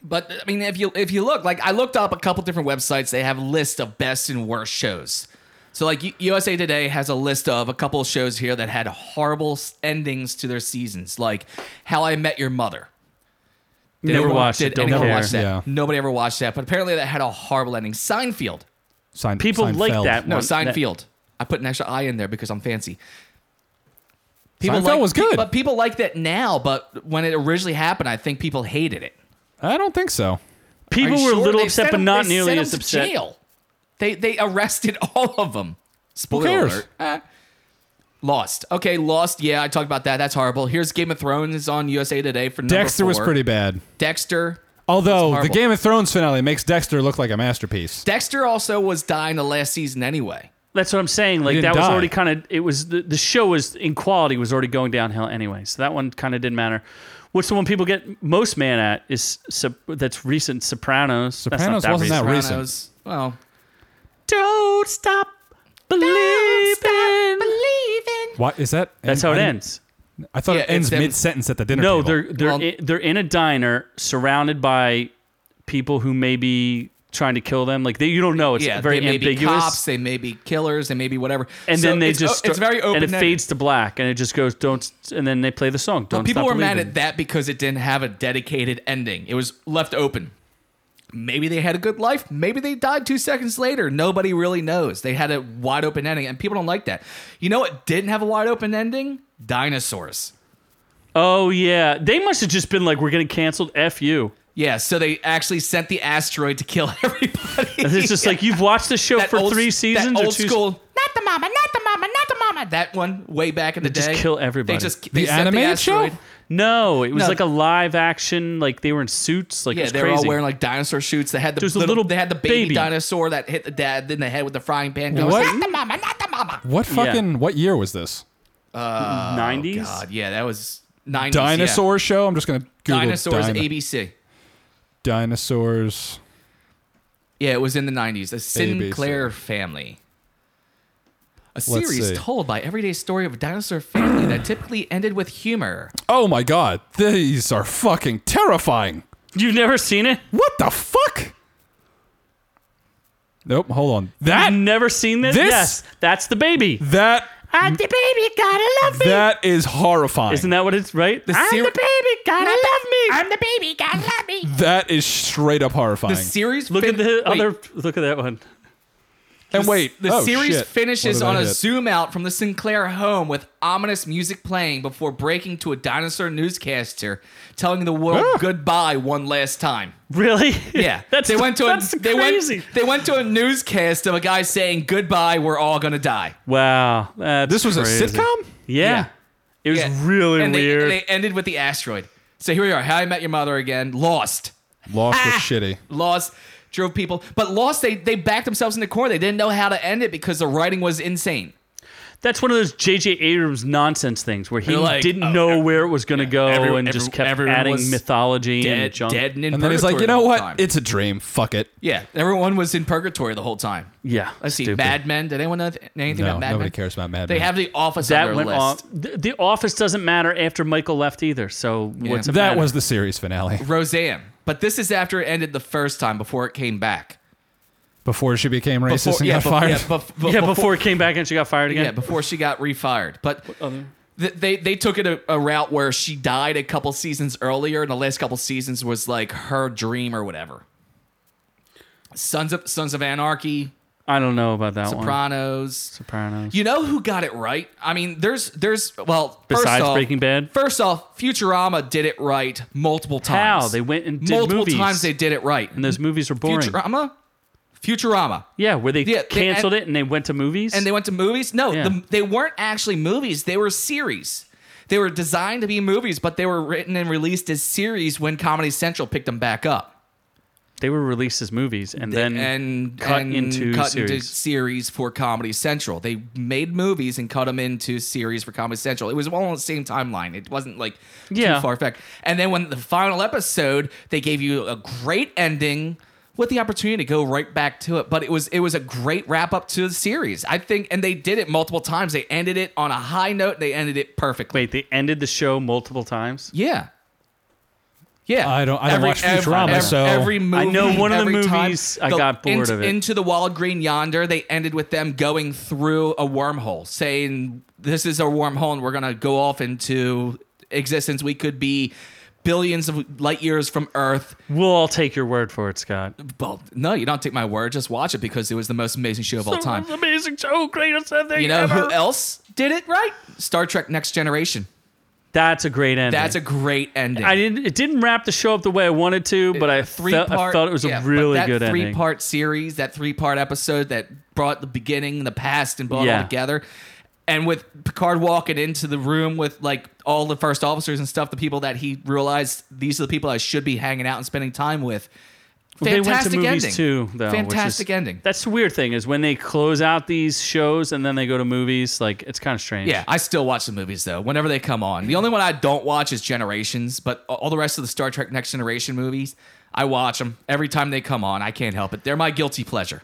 But I mean, if you if you look, like I looked up a couple different websites, they have lists of best and worst shows. So like U- USA Today has a list of a couple of shows here that had horrible s- endings to their seasons, like How I Met Your Mother. Did
Never
anyone-
watched it,
did
don't
anyone
care.
watch that?
Yeah.
Nobody ever watched that, but apparently that had a horrible ending. Seinfeld.
Sein-
People like
Seinfeld.
that.
No,
one. That-
Seinfeld. I put an extra I in there because I'm fancy. People
Seinfeld
like-
was good.
but people like that now. But when it originally happened, I think people hated it.
I don't think so.
Are
People
you
were a
sure?
little
They
upset,
sent
but
him-
not
they
nearly
sent
as
him to
upset.
Jail. They they arrested all of them. Spoiler
cares?
alert. Eh. Lost. Okay, Lost. Yeah, I talked about that. That's horrible. Here's Game of Thrones on USA Today for number
Dexter was
four.
pretty bad.
Dexter.
Although the
horrible.
Game of Thrones finale makes Dexter look like a masterpiece.
Dexter also was dying the last season anyway.
That's what I'm saying.
He
Like
didn't
that was
die.
already kind of it was the, the show was in quality was already going downhill anyway. So that one kind of didn't matter. What's the one people get most mad at is sup- that's recent Sopranos.
Sopranos
that's not that
wasn't that
Oh, recent.
re-
Sopranos.
Recent.
Well,
Don't stop believing.
Why is that?
That's how it
I didn't-
ends.
I thought
Yeah,
it ends
it's them-
mid sentence at the dinner
No,
table.
they're they're
Well-
in, they're in a diner surrounded by people who may be trying to kill them. Like they, you don't know. It's
yeah,
very
they may
ambiguous.
be cops, they may be killers, they may be whatever.
and
So
then they
it's, oh,
just
it's
start-
very open.
and it fades to black and it just goes don't and then they play the song don't
people
stop
were mad
believing.
at that because it didn't have a dedicated ending. It was left open. Maybe they had a good life. Maybe they died two seconds later. Nobody really knows. They had a wide open ending, and people don't like that. You know what didn't have a wide open ending? Dinosaurs.
Oh yeah, they must have just been like, "We're getting canceled." F you.
Yeah, so they actually sent the asteroid to kill everybody.
And it's just like you've watched the show
That
for
old-
three seasons
That
or
old
two.
school. Not the mama. Not the mama. Not the mama. That one way back in the
just
day.
kill everybody.
They just
The
they sent the
animated show?
asteroid.
No, it was
No.
like a live action. Like they were in suits. Like it
Yeah,
was
they were
crazy.
all wearing like dinosaur suits. They had the
There's a
little,
little
they had the baby,
baby.
dinosaur that hit the dad in the head with the frying pan. Goes,
What?
Not the mama, not the mama.
what fucking what year was this?
nineties.
God, yeah, that was nine
Dinosaur show. I'm just gonna Google
Dinosaurs
dino-
ABC.
dinosaurs.
Yeah, it was in the nineties. The Sinclair family. A series
see.
told by everyday story of a dinosaur family that typically ended with humor.
Oh my god, these are fucking terrifying.
You've never seen it?
What the fuck? Nope. Hold on. That
You've never seen this?
This-
Yes, that's the baby.
that
I'm the baby, gotta love
that is horrifying.
Isn't that what it's right?
The
I'm
seri-
the baby, gotta love me.
I'm the baby, God love me.
that is straight up horrifying.
The series.
Look at
fin-
the
wait,
other. Look at that one.
And wait,
The
oh,
series
shit.
finishes
What
on
did I
a
hit?
zoom out from the Sinclair home with ominous music playing before breaking to a dinosaur newscaster telling the world goodbye one last time.
Really?
Yeah,
That's-
they went to
that's
a, they
crazy.
Went, they went to a newscast of a guy saying goodbye. We're all gonna die.
Wow. That's
This was a
crazy.
sitcom?
Yeah.
Yeah.
It was
Yeah.
really
and they-
weird.
and They, ended with the asteroid. So here we are. How I Met Your Mother again. Lost.
Lost
Ah.
was shitty.
Lost drove people, but Lost they they backed themselves in the corner. They didn't know how to end it because the writing was insane.
That's one of those J.J. Abrams nonsense things where he
You're like,
didn't
oh,
know where it was going to go
every-
and
every-
just kept
everyone
adding
was
mythology
Dead,
and junk.
dead, and in
And then he's like,
purgatory
you
the
know
whole
what?
time."
It's a dream. Fuck it.
yeah, everyone was in purgatory the whole time.
Yeah.
Let's see,
stupid.
Mad Men. Did anyone know th- anything
No,
about Mad
nobody
Men?
cares about Mad
They
Men.
have the office on
That
their
went
list.
off. The, the Office doesn't matter after Michael left either. So what's it
that
matter?
was the series finale.
Roseanne, but this is after it ended the first time before it came back.
Before she became racist
Before-
and
yeah,
got
bef-
fired.
yeah, bef- bef-
yeah before it came back and she got fired again.
Yeah, before she got refired. But th- they they took it a, a route where she died a couple seasons earlier, and the last couple seasons was like her dream or whatever. Sons of Sons of Anarchy,
I don't know about that one.
Sopranos.
Sopranos.
You know who got it right? I mean, there's there's well, first
Besides
off-
Breaking Bad?
First off, Futurama did it right multiple
How?
times.
They went and did
multiple
movies.
times they did it right.
and those movies were boring.
Futurama, Futurama.
Yeah, where they
Yeah, they-
canceled
and-
it and they went to movies.
And they went to movies? No,
Yeah.
the, they weren't actually movies. They were series. They were designed to be movies, but they were written and released as series when Comedy Central picked them back up
they were released as movies and then
and
cut
and
into
cut
series.
into series for Comedy Central. They made movies and cut them into series for Comedy Central. It was all on the same timeline. It wasn't like
Yeah.
too far back. And then when the final episode, they gave you a great ending with the opportunity to go right back to it. But it was it was a great wrap up to the series. I think and they did it multiple times. They ended it on a high note. They ended it perfectly.
Wait, they ended the show multiple times.
Yeah. Yeah,
I don't- I don't watch Futurama,
every,
so-
every movie.
I know one of the
every time-
movies, I got bored
into,
of it.
Into the Wild Green Yonder, they ended with them going through a wormhole, saying this is our wormhole, and we're gonna go off into existence. We could be billions of light years from Earth.
We'll all take your word for it, Scott.
Well, no, you don't take my word. Just watch it because it was the most amazing show of all time.
amazing show, greatest thing
You know who else did it right? Star Trek: Next Generation.
That's a great ending.
That's a great ending.
I didn't. It didn't wrap the show up the way I wanted to, but I
three
felt,
part,
I felt it was
yeah,
a
but
really
that
good
three
ending.
part series, that three part episode that brought the beginning, the past, and brought it
Yeah.
all together. And with Picard walking into the room with like all the first officers and stuff, the people that he realized these are the people I should be hanging out and spending time with.
they
Fantastic
went to movies
ending.
too, though. which is-
Fantastic ending.
That's the weird thing is when they close out these shows and then they go to movies. Like it's kind of strange.
Yeah, I still watch the movies though. Whenever they come on, the only one I don't watch is Generations, but all the rest of the Star Trek Next Generation movies, I watch them every time they come on. I can't help it; they're my guilty pleasure.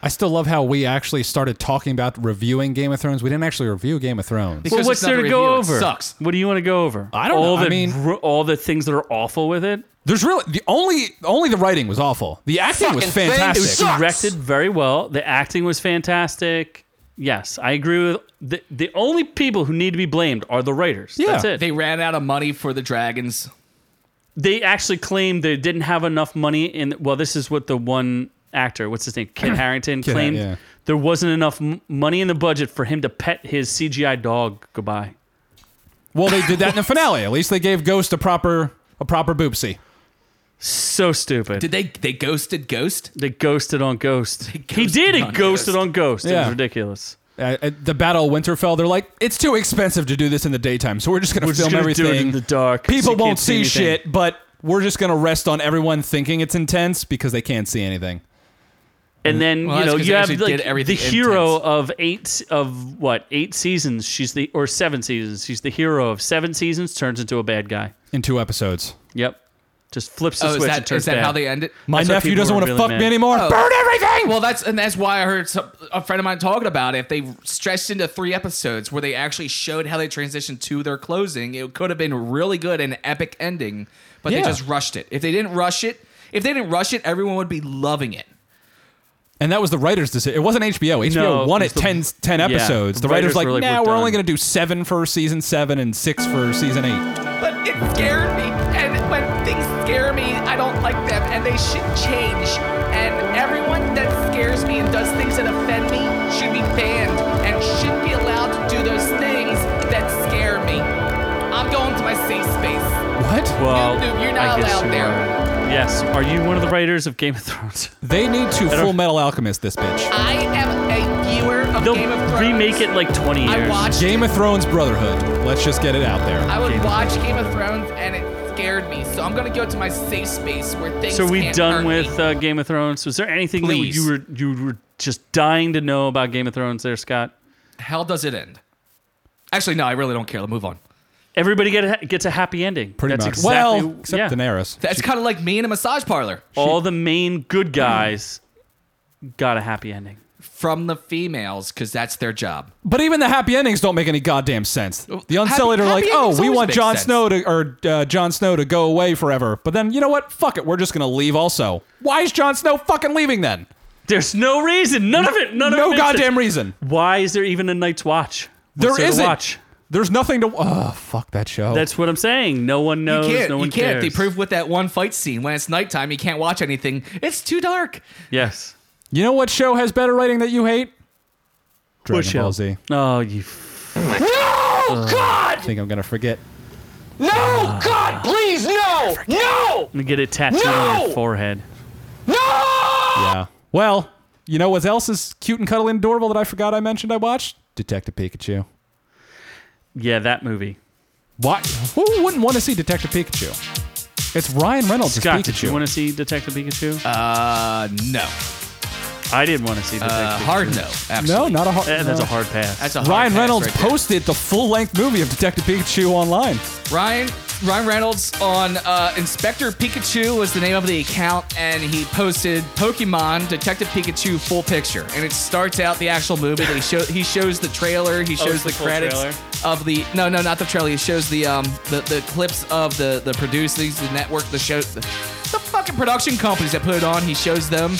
I still love how we actually started talking about reviewing Game of Thrones. We didn't actually review Game of Thrones.
Because
Well, what's
it's not
there
the
to go
review,
over?
It sucks.
What do you want to go over?
I don't
all
know. I
The,
mean-
r- all the things that are awful with it.
There's really the only only the writing was awful. The acting was
Fucking thing
fantastic.
sucks.
directed very well. The acting was fantastic. Yes, I agree with the the only people who need to be blamed are the writers.
Yeah.
That's it.
They ran out of money for the dragons.
they actually claimed they didn't have enough money in well this is what the one actor what's his name Kit Harrington
Kit Har-
claimed
yeah.
there wasn't enough m- money in the budget for him to pet his CGI dog goodbye
Well, they did that in the finale. At least they gave Ghost a proper a proper boopsie.
so stupid
Did they? They ghosted Ghost.
they ghosted on Ghost he
ghosted
did
on
it ghosted
Ghost.
on Ghost it
Yeah.
was ridiculous
Uh, at the Battle of Winterfell, they're like, it's too expensive to do this in the daytime, so we're just gonna
We're just
film
gonna do
everything
it in the dark, so
People
you
won't
can't
see,
see anything."
shit, but we're just gonna rest on everyone thinking it's intense because they can't see anything.
and then
Mm-hmm. Well,
you
that's
know
'cause
you
they
have
actually
like,
did everything
the hero
intense.
of eight s- of what eight seasons she's the or seven seasons she's the hero of seven seasons turns into a bad guy
In two episodes,
yep just flips the
Oh, is
switch and
that
turns
is that
bad.
how they end it?
my
That's why
nephew
people
doesn't
were
want to
really
fuck
mad.
me anymore.
Oh.
Burn everything.
Well, that's and that's why I heard some, a friend of mine talking about it. If they stretched into three episodes where they actually showed how they transitioned to their closing, it could have been really good and epic ending. But
Yeah.
they just rushed it. If they didn't rush it, if they didn't rush it, everyone would be loving it.
And that was the writer's decision. It wasn't HBO. HBO
No, it
won
was
at
the-
10, 10
yeah.
episodes. the writers, like,
were like,
nah,
we're
we're, only
done."
going to do seven for season seven and six for season eight.
But it scared me, and when things scare me, I don't like them, and they should change. And everyone that things that offend me should be banned and shouldn't be allowed to do those things that scare me. I'm going to my safe space.
What?
Well,
Noob, you're not
I guess
allowed
you
there.
Are. Yes. Are you one of the writers of Game of Thrones?
They need to
I don't-
Full Metal Alchemist this bitch.
I am a viewer of
They'll
Game of Thrones.
remake it like 20
I
years.
watched
Game of Thrones Brotherhood. Let's just get it out there.
I would watch Game of Thrones and it scared me, so I'm gonna go to my safe space where things.
So are we
can't
done
hurt me.
with uh, Game of Thrones? Was there anything
Please.
that you were you were just dying to know about Game of Thrones? There, Scott.
How does it end? Actually, no, I really don't care. Let's move on.
Everybody get a, gets a happy ending.
Pretty
That's
much.
Exactly,
well, except
yeah.
Daenerys.
That's kind of like me in a massage parlor
All the main good guys got a happy ending.
from the females because that's their job.
But even the happy endings don't make any goddamn sense. The Unsullied are
happy
like,
endings
"Oh, we
always
want
make
Jon
sense."
Snow to or uh, Jon Snow to go away forever." But then, you know what? Fuck it. We're just going to leave also. Why is Jon Snow fucking leaving then?
There's no reason. None of it. None of it.
No
makes
goddamn
sense.
reason.
Why is there even a night's watch? What's
There
to
isn't.
watch?
There's nothing to Oh, fuck that show.
That's what I'm saying. No one knows.
you can't.
Oh, no one
you can't.
cares.
They prove with that one fight scene when it's nighttime, you can't watch anything. It's too dark.
Yes.
You know what show has better writing that you hate? Dragon
show?
Ball Z.
Oh, you.
I think I'm going to forget.
No, God, please, no, no,
I'm gonna get it tattooed on your
No!
forehead.
no!
Yeah. Well, you know what else is cute and cuddly and adorable that I forgot I mentioned I watched? Detective Pikachu.
Yeah, that movie.
What? Who wouldn't want to see Detective Pikachu? It's Ryan Reynolds as
Scott,
Pikachu.
did you want to see Detective Pikachu?
Uh, no.
I didn't want to see Detective
Uh,
Pikachu.
hard no.
no,
Absolutely.
not a hard.
Eh, that's
no.
a hard pass.
That's a hard
Ryan
pass
Reynolds
right there.
posted the full-length movie of Detective Pikachu online.
Ryan Ryan Reynolds on uh, Inspector Pikachu was the name of the account, and he posted Pokemon Detective Pikachu full picture, and it starts out the actual movie. They show he shows the trailer, he shows
Oh, it's
the,
the full
credits
trailer?
of the no no not the trailer. He shows the um the, the clips of the the producers, the network, the show, the, the fucking production companies that put it on. He shows them,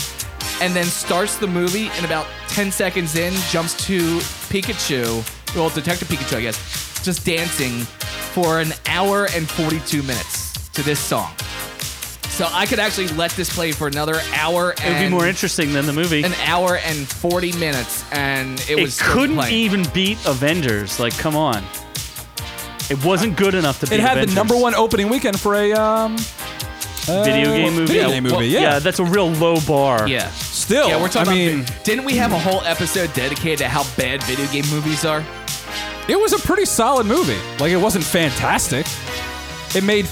and then starts the movie, and about ten seconds in, jumps to Pikachu, well Detective Pikachu, I guess, just dancing for an hour and forty-two minutes to this song. So I could actually let this play for another hour.
it would
and
be more interesting than the movie.
An hour and forty minutes, and it,
It
was still
couldn't
playing.
even beat Avengers. Like, come on. It wasn't good enough to beat
It had
Avengers.
the number one opening weekend for a um,
video
uh,
game movie.
video game movie, yeah.
that's a real low bar.
Oh, Yeah.
Still,
Yeah, we're talking
Oh, I mean,
about. Didn't we have a whole episode dedicated to how bad video game movies are?
it was a pretty solid movie. Like it wasn't fantastic. It made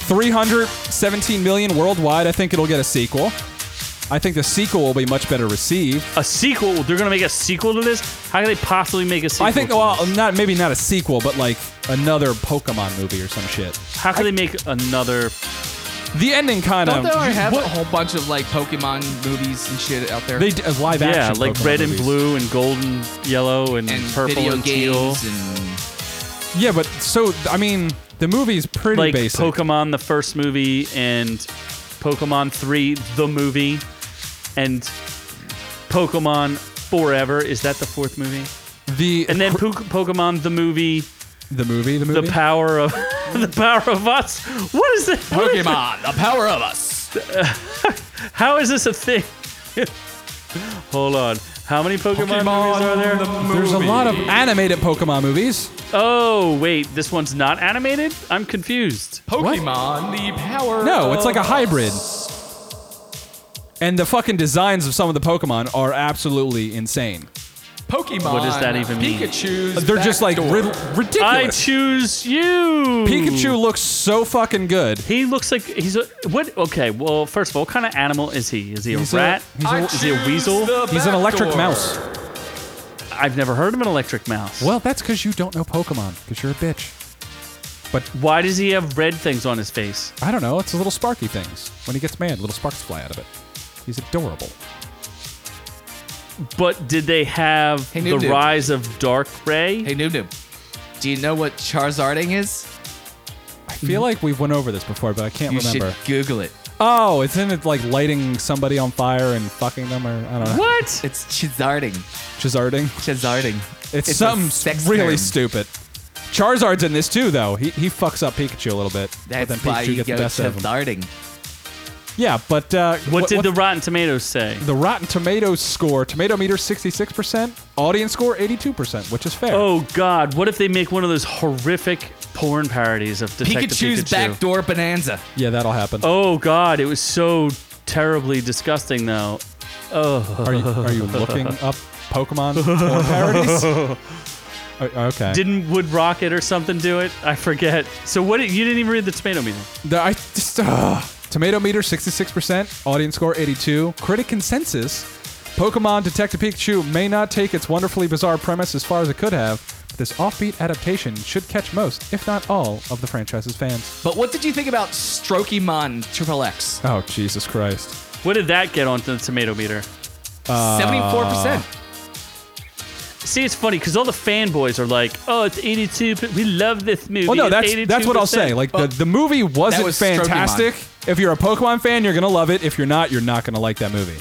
317 million worldwide. I think it'll get a sequel. I think the sequel will be much better received.
A sequel. They're gonna make a sequel to this. How can they possibly make a sequel?
I think
to
well,
this?
not maybe not a sequel, but like another Pokemon movie or some shit.
How can they make another?
The ending kind
Don't
of
they already have a whole bunch of like Pokemon movies and shit out there?
they d- uh, live
Yeah,
action
like
Pokemon
red and
movies.
blue and gold and yellow and,
and
purple
video
and teal.
games and
Yeah, but so I mean, the movie's pretty
like
basic.
Pokemon the first movie and Pokemon 3 the movie and Pokemon Forever is that the fourth movie?
the
And then po- Pokemon the movie
the movie, the movie,
The Power of The Power of Us. What is that? what is-
Pokemon, Ah, the power of us.
How is this a thing? Hold on. How many Pokemon, movies are there?
There's a lot of animated Pokemon movies.
oh, wait. This one's not animated? I'm confused.
Pokemon, the power.
No, it's
of-
like a hybrid. And the fucking designs of some of the Pokemon are absolutely insane.
Pokemon.
What does that even mean?
Pikachu's
They're just like
backdoor.
rid-
I
ridiculous.
choose you.
Pikachu looks so fucking good.
He looks like he's a what? Okay, well, first of all, what kind of animal is he? Is he a
He's a-
rat?
he's a- I
is he a weasel?
the
He's an electric
backdoor.
mouse.
I've never heard of an electric mouse.
Well, that's because you don't know Pokemon, because you're a bitch.
Why does he have red things on his face?
I don't know. It's the little sparky things. When he gets mad, little sparks fly out of it. He's adorable.
But did they have
Hey,
the
Noob Noob.
rise of Dark Ray?
Hey Noob Noob, do you know what Charizarding is?
I feel like we've went over this before, but I can't
You
remember.
should Google it.
Oh, isn't it like lighting somebody on fire and fucking them, or I don't know,
What?
It's Chizarding.
Chizarding?
Chizarding.
It's,
a
something
sex
really
term.
stupid. Charizard's in this too, though. He, he fucks up Pikachu a little bit,
That's
but then
why
Pikachu
you
gets the
go
best of him.
Chizarding.
Yeah, but uh,
What, did the
what's-
Rotten Tomatoes say?
the Rotten Tomatoes score? Tomato meter sixty six percent, audience score eighty two percent, which is fair.
Oh God! What if they make one of those horrific porn parodies of Detective
Pikachu's
Pikachu?
backdoor bonanza.
Yeah, that'll happen.
Oh God! It was so terribly disgusting, though. Oh.
Are you are you looking up Pokemon porn parodies? O- Okay.
Didn't Wood Rocket or something do it? I forget. So what? Did, you didn't even read the tomato meter.
The- I just, ugh. tomato meter 66%, audience score 82, critic consensus. Pokemon Detective Pikachu may not take its wonderfully bizarre premise as far as it could have, but this offbeat adaptation should catch most, if not all, of the franchise's fans.
But what did you think about Strokemon Triple X?
Oh, Jesus Christ.
What did that get onto the tomato meter?
Uh,
Seventy-four percent.
See, it's funny because all the fanboys are like, "Oh, it's 82. p- We love this movie."
Well, Oh, no,
It's
that's that's what I'll
82%."
say. Like the, the movie wasn't
was Strokemon.
fantastic. If you're a Pokemon fan, you're gonna love it. If you're not, you're not gonna like that movie.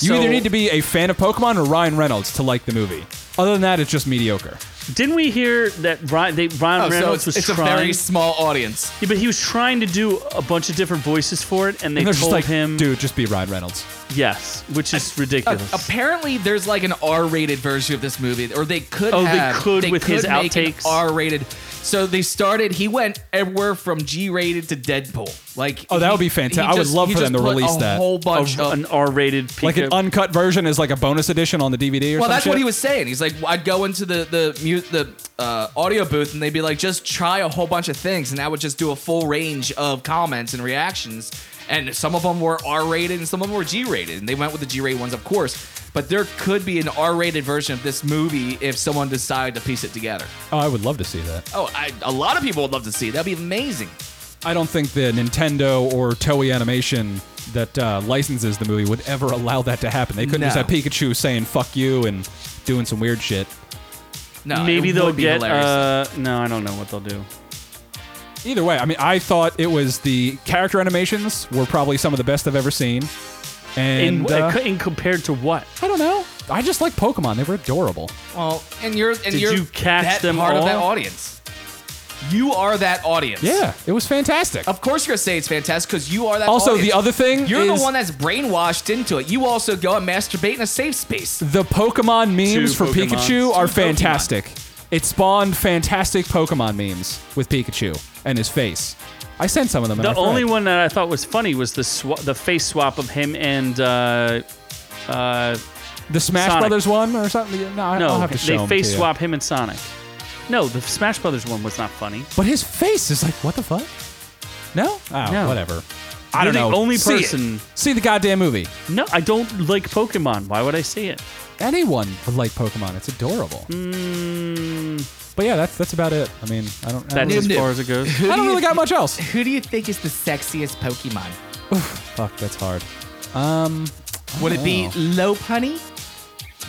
You
So-
either need to be a fan of Pokemon or Ryan Reynolds to like the movie. Other than that, it's just mediocre.
Didn't we hear that Ryan, they, Ryan
Oh, so
Reynolds
it's,
was
it's a
trying?
very small audience.
yeah, but he was trying to do a bunch of different voices for it, and they
And they're
told
just like,
him,
dude, just be Ryan Reynolds.
yes," which is
Uh,
ridiculous.
apparently, there's like an R-rated version of this movie, or they could.
Oh, they
have,
could with his
make an
outtakes.
R-rated. So they started. He went everywhere from G-rated to Deadpool. Like,
Oh, that would be
he-
fantastic.
he
I would
just-
love
he
for them
just
to
put
release
a
that.
Whole bunch
A-
of
an R-rated Pika.
Like an uncut version is like a bonus edition on the DVD or
Well,
some
that's what
shit.
he was saying. He's like, I'd go into the the mu- the uh, audio booth and they'd be like, just try a whole bunch of things, and I would just do a full range of comments and reactions. And some of them were R rated and some of them were G rated, and they went with the G rated ones, of course. But there could be an R rated version of this movie if someone decided to piece it together.
Oh, I would love to see that.
Oh, I, a lot of people would love to see. it. That'd be amazing.
I don't think the Nintendo or Toei Animation that uh, licenses the movie would ever allow that to happen. They couldn't just
No.
have Pikachu saying "fuck you" and doing some weird shit.
No,
Maybe
Uh, it
they'll
would be
get.
hilarious.
Uh, no, I don't know what they'll do.
Either way, I mean, I thought it was the character animations were probably some of the best I've ever seen.
In,
And uh,
uh, in compared to what?
I don't know. I just like Pokemon. They were adorable.
Well, and you're and
Did
you're
you catch
that
them
part of that
all?
audience. You are that audience.
Yeah, it was fantastic.
Of course, you're gonna say it's fantastic because you are that.
Also,
audience.
the other thing
you're
is-
the one that's brainwashed into it. You also go and masturbate in a safe space.
The Pokemon memes
Two
for
Pokemon.
Pikachu are
Two Pokemon.
fantastic. It spawned fantastic Pokemon memes with Pikachu and his face. I sent some of them. in
The
our thread.
only one that I thought was funny was the sw- the face swap of him and uh, uh,
the Smash
Sonic.
Brothers one or something. No, I- I'll
no,
have to show
they
'em to
face
you.
swap him and Sonic. No, the Smash Brothers one was not funny.
But his face is like, what the fuck? No, oh,
No.
whatever. I
You're
don't know.
the only
See it.
person-
See the goddamn movie.
No, I don't like Pokemon. Why would I see it?
Anyone would like Pokemon. It's adorable.
Mm,
But yeah, that's that's about it. I mean, I don't. I don't,
that's
really,
as far as it goes.
I don't really got much else.
Who do you think is the sexiest Pokemon?
Fuck, that's hard.
Would it
Oh.
be Lopunny,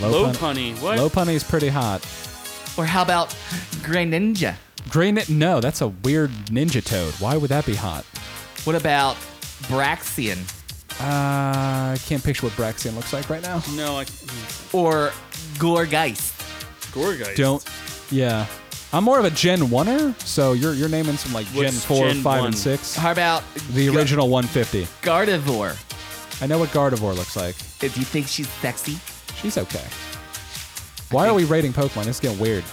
Low
Low
punny. What?
Lopunny is pretty hot.
or how about Greninja?
Gray Nin- No, that's a weird ninja toad. Why would that be hot?
What about Braxian
Uh, I can't picture what Braxian looks like right now.
no, I,
or Gorgeist?
Gorgeist.
Don't. Yeah. I'm more of a Gen 1er, so you're, you're naming some like
What's
Gen 4,
Gen
5,
1?
and 6.
How about
The
Ga-
original 150.
Gardevoir?
I know what Gardevoir looks like.
If you think she's sexy,
She's okay. Why are we rating Pokemon? It's getting weird.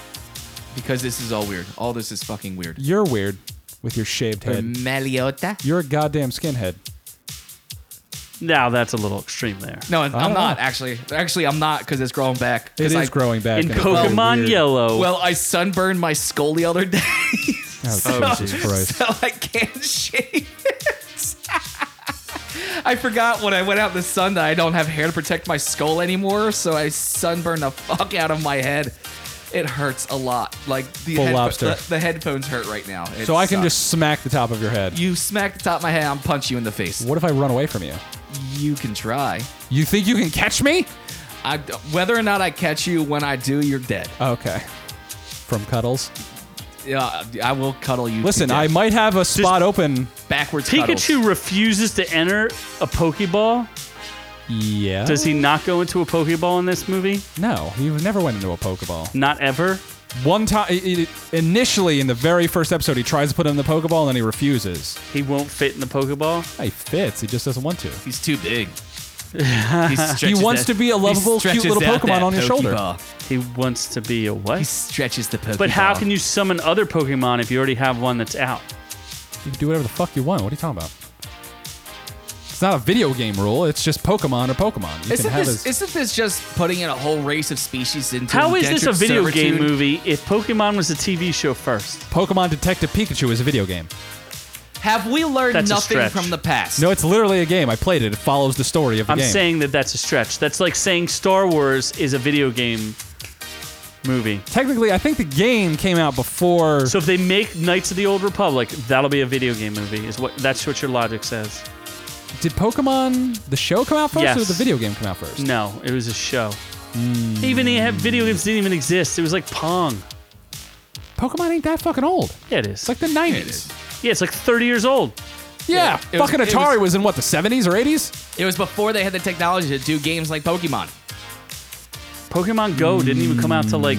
because this is all weird. All this is fucking weird.
You're weird with your shaved
Or
head.
Meliota?
You're a goddamn skinhead.
Now that's a little extreme there.
No, I'm
don't
not
know.
actually. Actually, I'm not because it's growing back.
It
'Cause
is
I-
growing back.
In
and it's very
Pokemon
weird.
Yellow.
Well, I sunburned my skull the other day,
Oh, Jesus Christ.
so I can't shave it. I forgot when I went out in the sun that I don't have hair to protect my skull anymore, so I sunburned the fuck out of my head. It hurts a lot. Like the,
Full
headpho-
lobster.
the, the headphones hurt right now. It
So I can
sucks.
just smack the top of your head.
you smack the top of my head, I'm punch you in the face.
What if I run away from you?
You can try.
You think you can catch me?
I, whether or not I catch you, when I do, you're dead.
Okay. From Cuddles.
Yeah, I will cuddle you. to
Listen,
death.
I might have a spot open.
backwards.
Pikachu
cuddles.
refuses to enter a Pokeball.
Yeah.
Does he not go into a Pokeball in this movie?
No, he never went into a Pokeball.
Not ever.
One time, initially in the very first episode, he tries to put it in the Pokeball and then he refuses.
He won't fit in the Pokeball.
He fits. He just doesn't want to.
He's too big.
he wants to be a lovable, cute little Pokemon on his shoulder.
He wants to be a what? He
stretches the Pokeball.
But how can you summon other Pokemon if you already have one that's out?
You can do whatever the fuck you want. What are you talking about? It's not a video game rule. It's just Pokemon or Pokemon. You
Isn't
can have
this,
his-
isn't this just putting in a whole race of species into
How is this a
indentured
video game
servitude?
movie if Pokemon was a TV show first?
Pokemon Detective Pikachu is a video game.
Have we learned
That's a
nothing
stretch.
from the past?
No, it's literally a game. I played it. It follows the story of the
I'm
game.
saying that that's a stretch. That's like saying Star Wars is a video game movie.
Technically, I think the game came out before.
So if they make Knights of the Old Republic, that'll be a video game movie. Is what that's what your logic says.
Did Pokemon the show come out first,
Yes.
or did the video game come out first?
No, it was a show.
Hmm.
Even they have video games didn't even exist. It was like Pong.
Pokemon ain't that fucking old.
Yeah, it is. It's
like the 90s.
Yeah, it's like 30 years old.
Yeah,
It was-
fucking
it
Atari was, in what the 70s or 80s.
It was before they had the technology to do games like Pokemon.
Pokemon Go didn't even come out till like.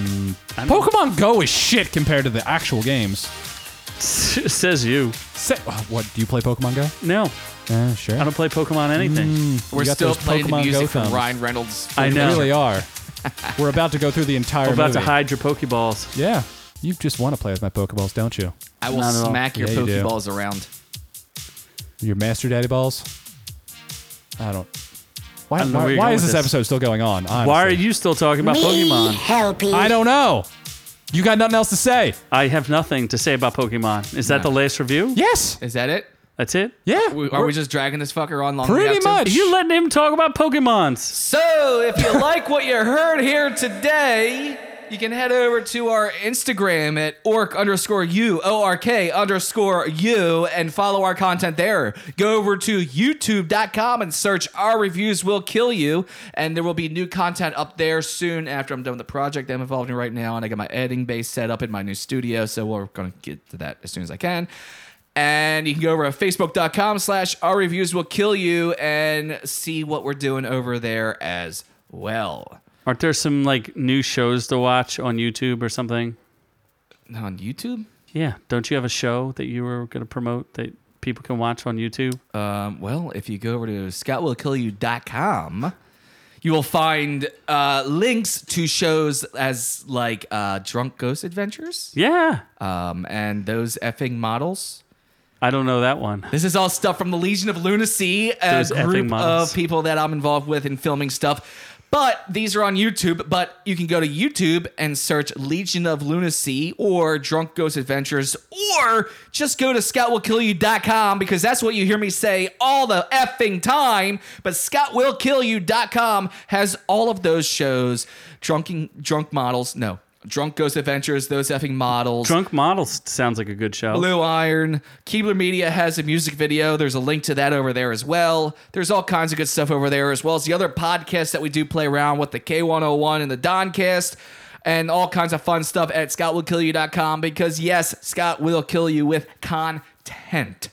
I don't know.
Pokemon Go is shit compared to the actual games.
says you.
Say, oh, what do you play Pokemon Go?
No,
Uh, sure.
I don't play Pokemon anything.
We're
You got
still
those
playing
Pokemon
the
Go
music
thumbs.
from Ryan Reynolds.
I
We
know.
really are. We're about to go through the entire.
I'm about to
movie.
hide your Pokeballs.
Yeah, you just want to play with my Pokeballs, don't you?
I will
Not at all.
smack your
Yeah, you do.
Pokeballs around.
Your Master Daddy Balls. I don't. Why?
I don't know
why-
where you're
why
going
is
with
this
this.
episode still going on? Honestly.
Why are you still talking about Pokemon?
help you.
I don't know. You got nothing else to say?
I have nothing to say about Pokemon. Is that the last review?
Yes.
Is that it?
That's it?
Yeah.
We- Are
We're-
we just dragging this fucker on long?
pretty
enough to-
much.
You're letting him talk about Pokemons.
So, if you like what you heard here today, you can head over to our Instagram at orc underscore u o r k underscore u and follow our content there. Go over to youtube.com and search "Our Reviews Will Kill You," and there will be new content up there soon. After I'm done with the project I'm involved in right now, and I got my editing base set up in my new studio, so we're gonna get to that as soon as I can. And you can go over to facebook.com slash our reviews will kill you and see what we're doing over there as well.
Aren't there some like new shows to watch on YouTube or something?
On YouTube?
Yeah. Don't you have a show that you were going to promote that people can watch on YouTube?
Um, well, if you go over to scoutwillkillyou.com, you will find uh, links to shows as like uh, Drunk Ghost Adventures
Yeah.
um, and those effing models.
I don't know that one.
This is all stuff from the Legion of Lunacy, a
Those effing
group
models.
of people that I'm involved with in filming stuff. But these are on YouTube, but you can go to YouTube and search Legion of Lunacy or Drunk Ghost Adventures or just go to scoutwillkillyou.com because that's what you hear me say all the effing time. But scoutwillkillyou.com has all of those shows, drunken drunk models, no, Drunk Ghost Adventures, those effing models.
Drunk Models sounds like a good show.
Blue Iron. Keebler Media has a music video. There's a link to that over there as well. There's all kinds of good stuff over there, as well as the other podcasts that we do play around with the K101 and the Doncast. And all kinds of fun stuff at scottwillkillyou.com because, yes, Scott will kill you with content.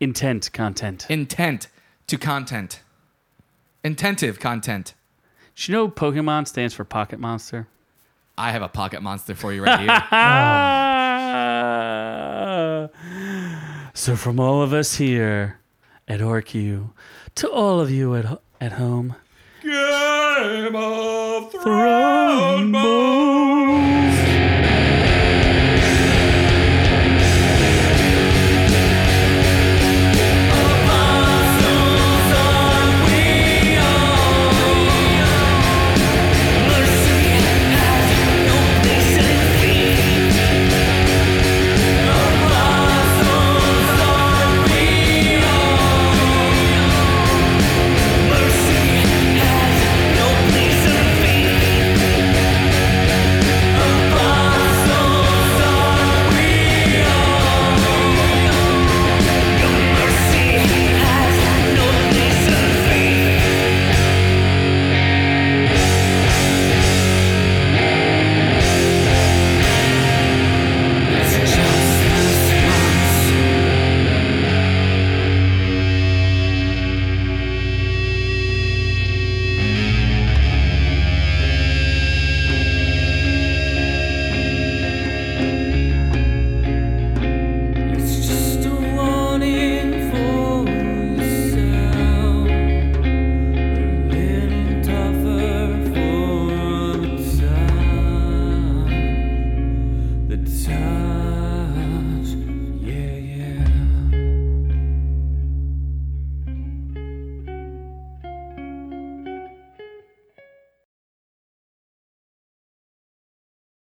Intent content.
Intent to content. Intentive content.
Do you know Pokemon stands for Pocket Monster?
I have a pocket monster for you right here.
Ah. So, from all of us here at OrcU to all of you at, at home,
Game of Thrones.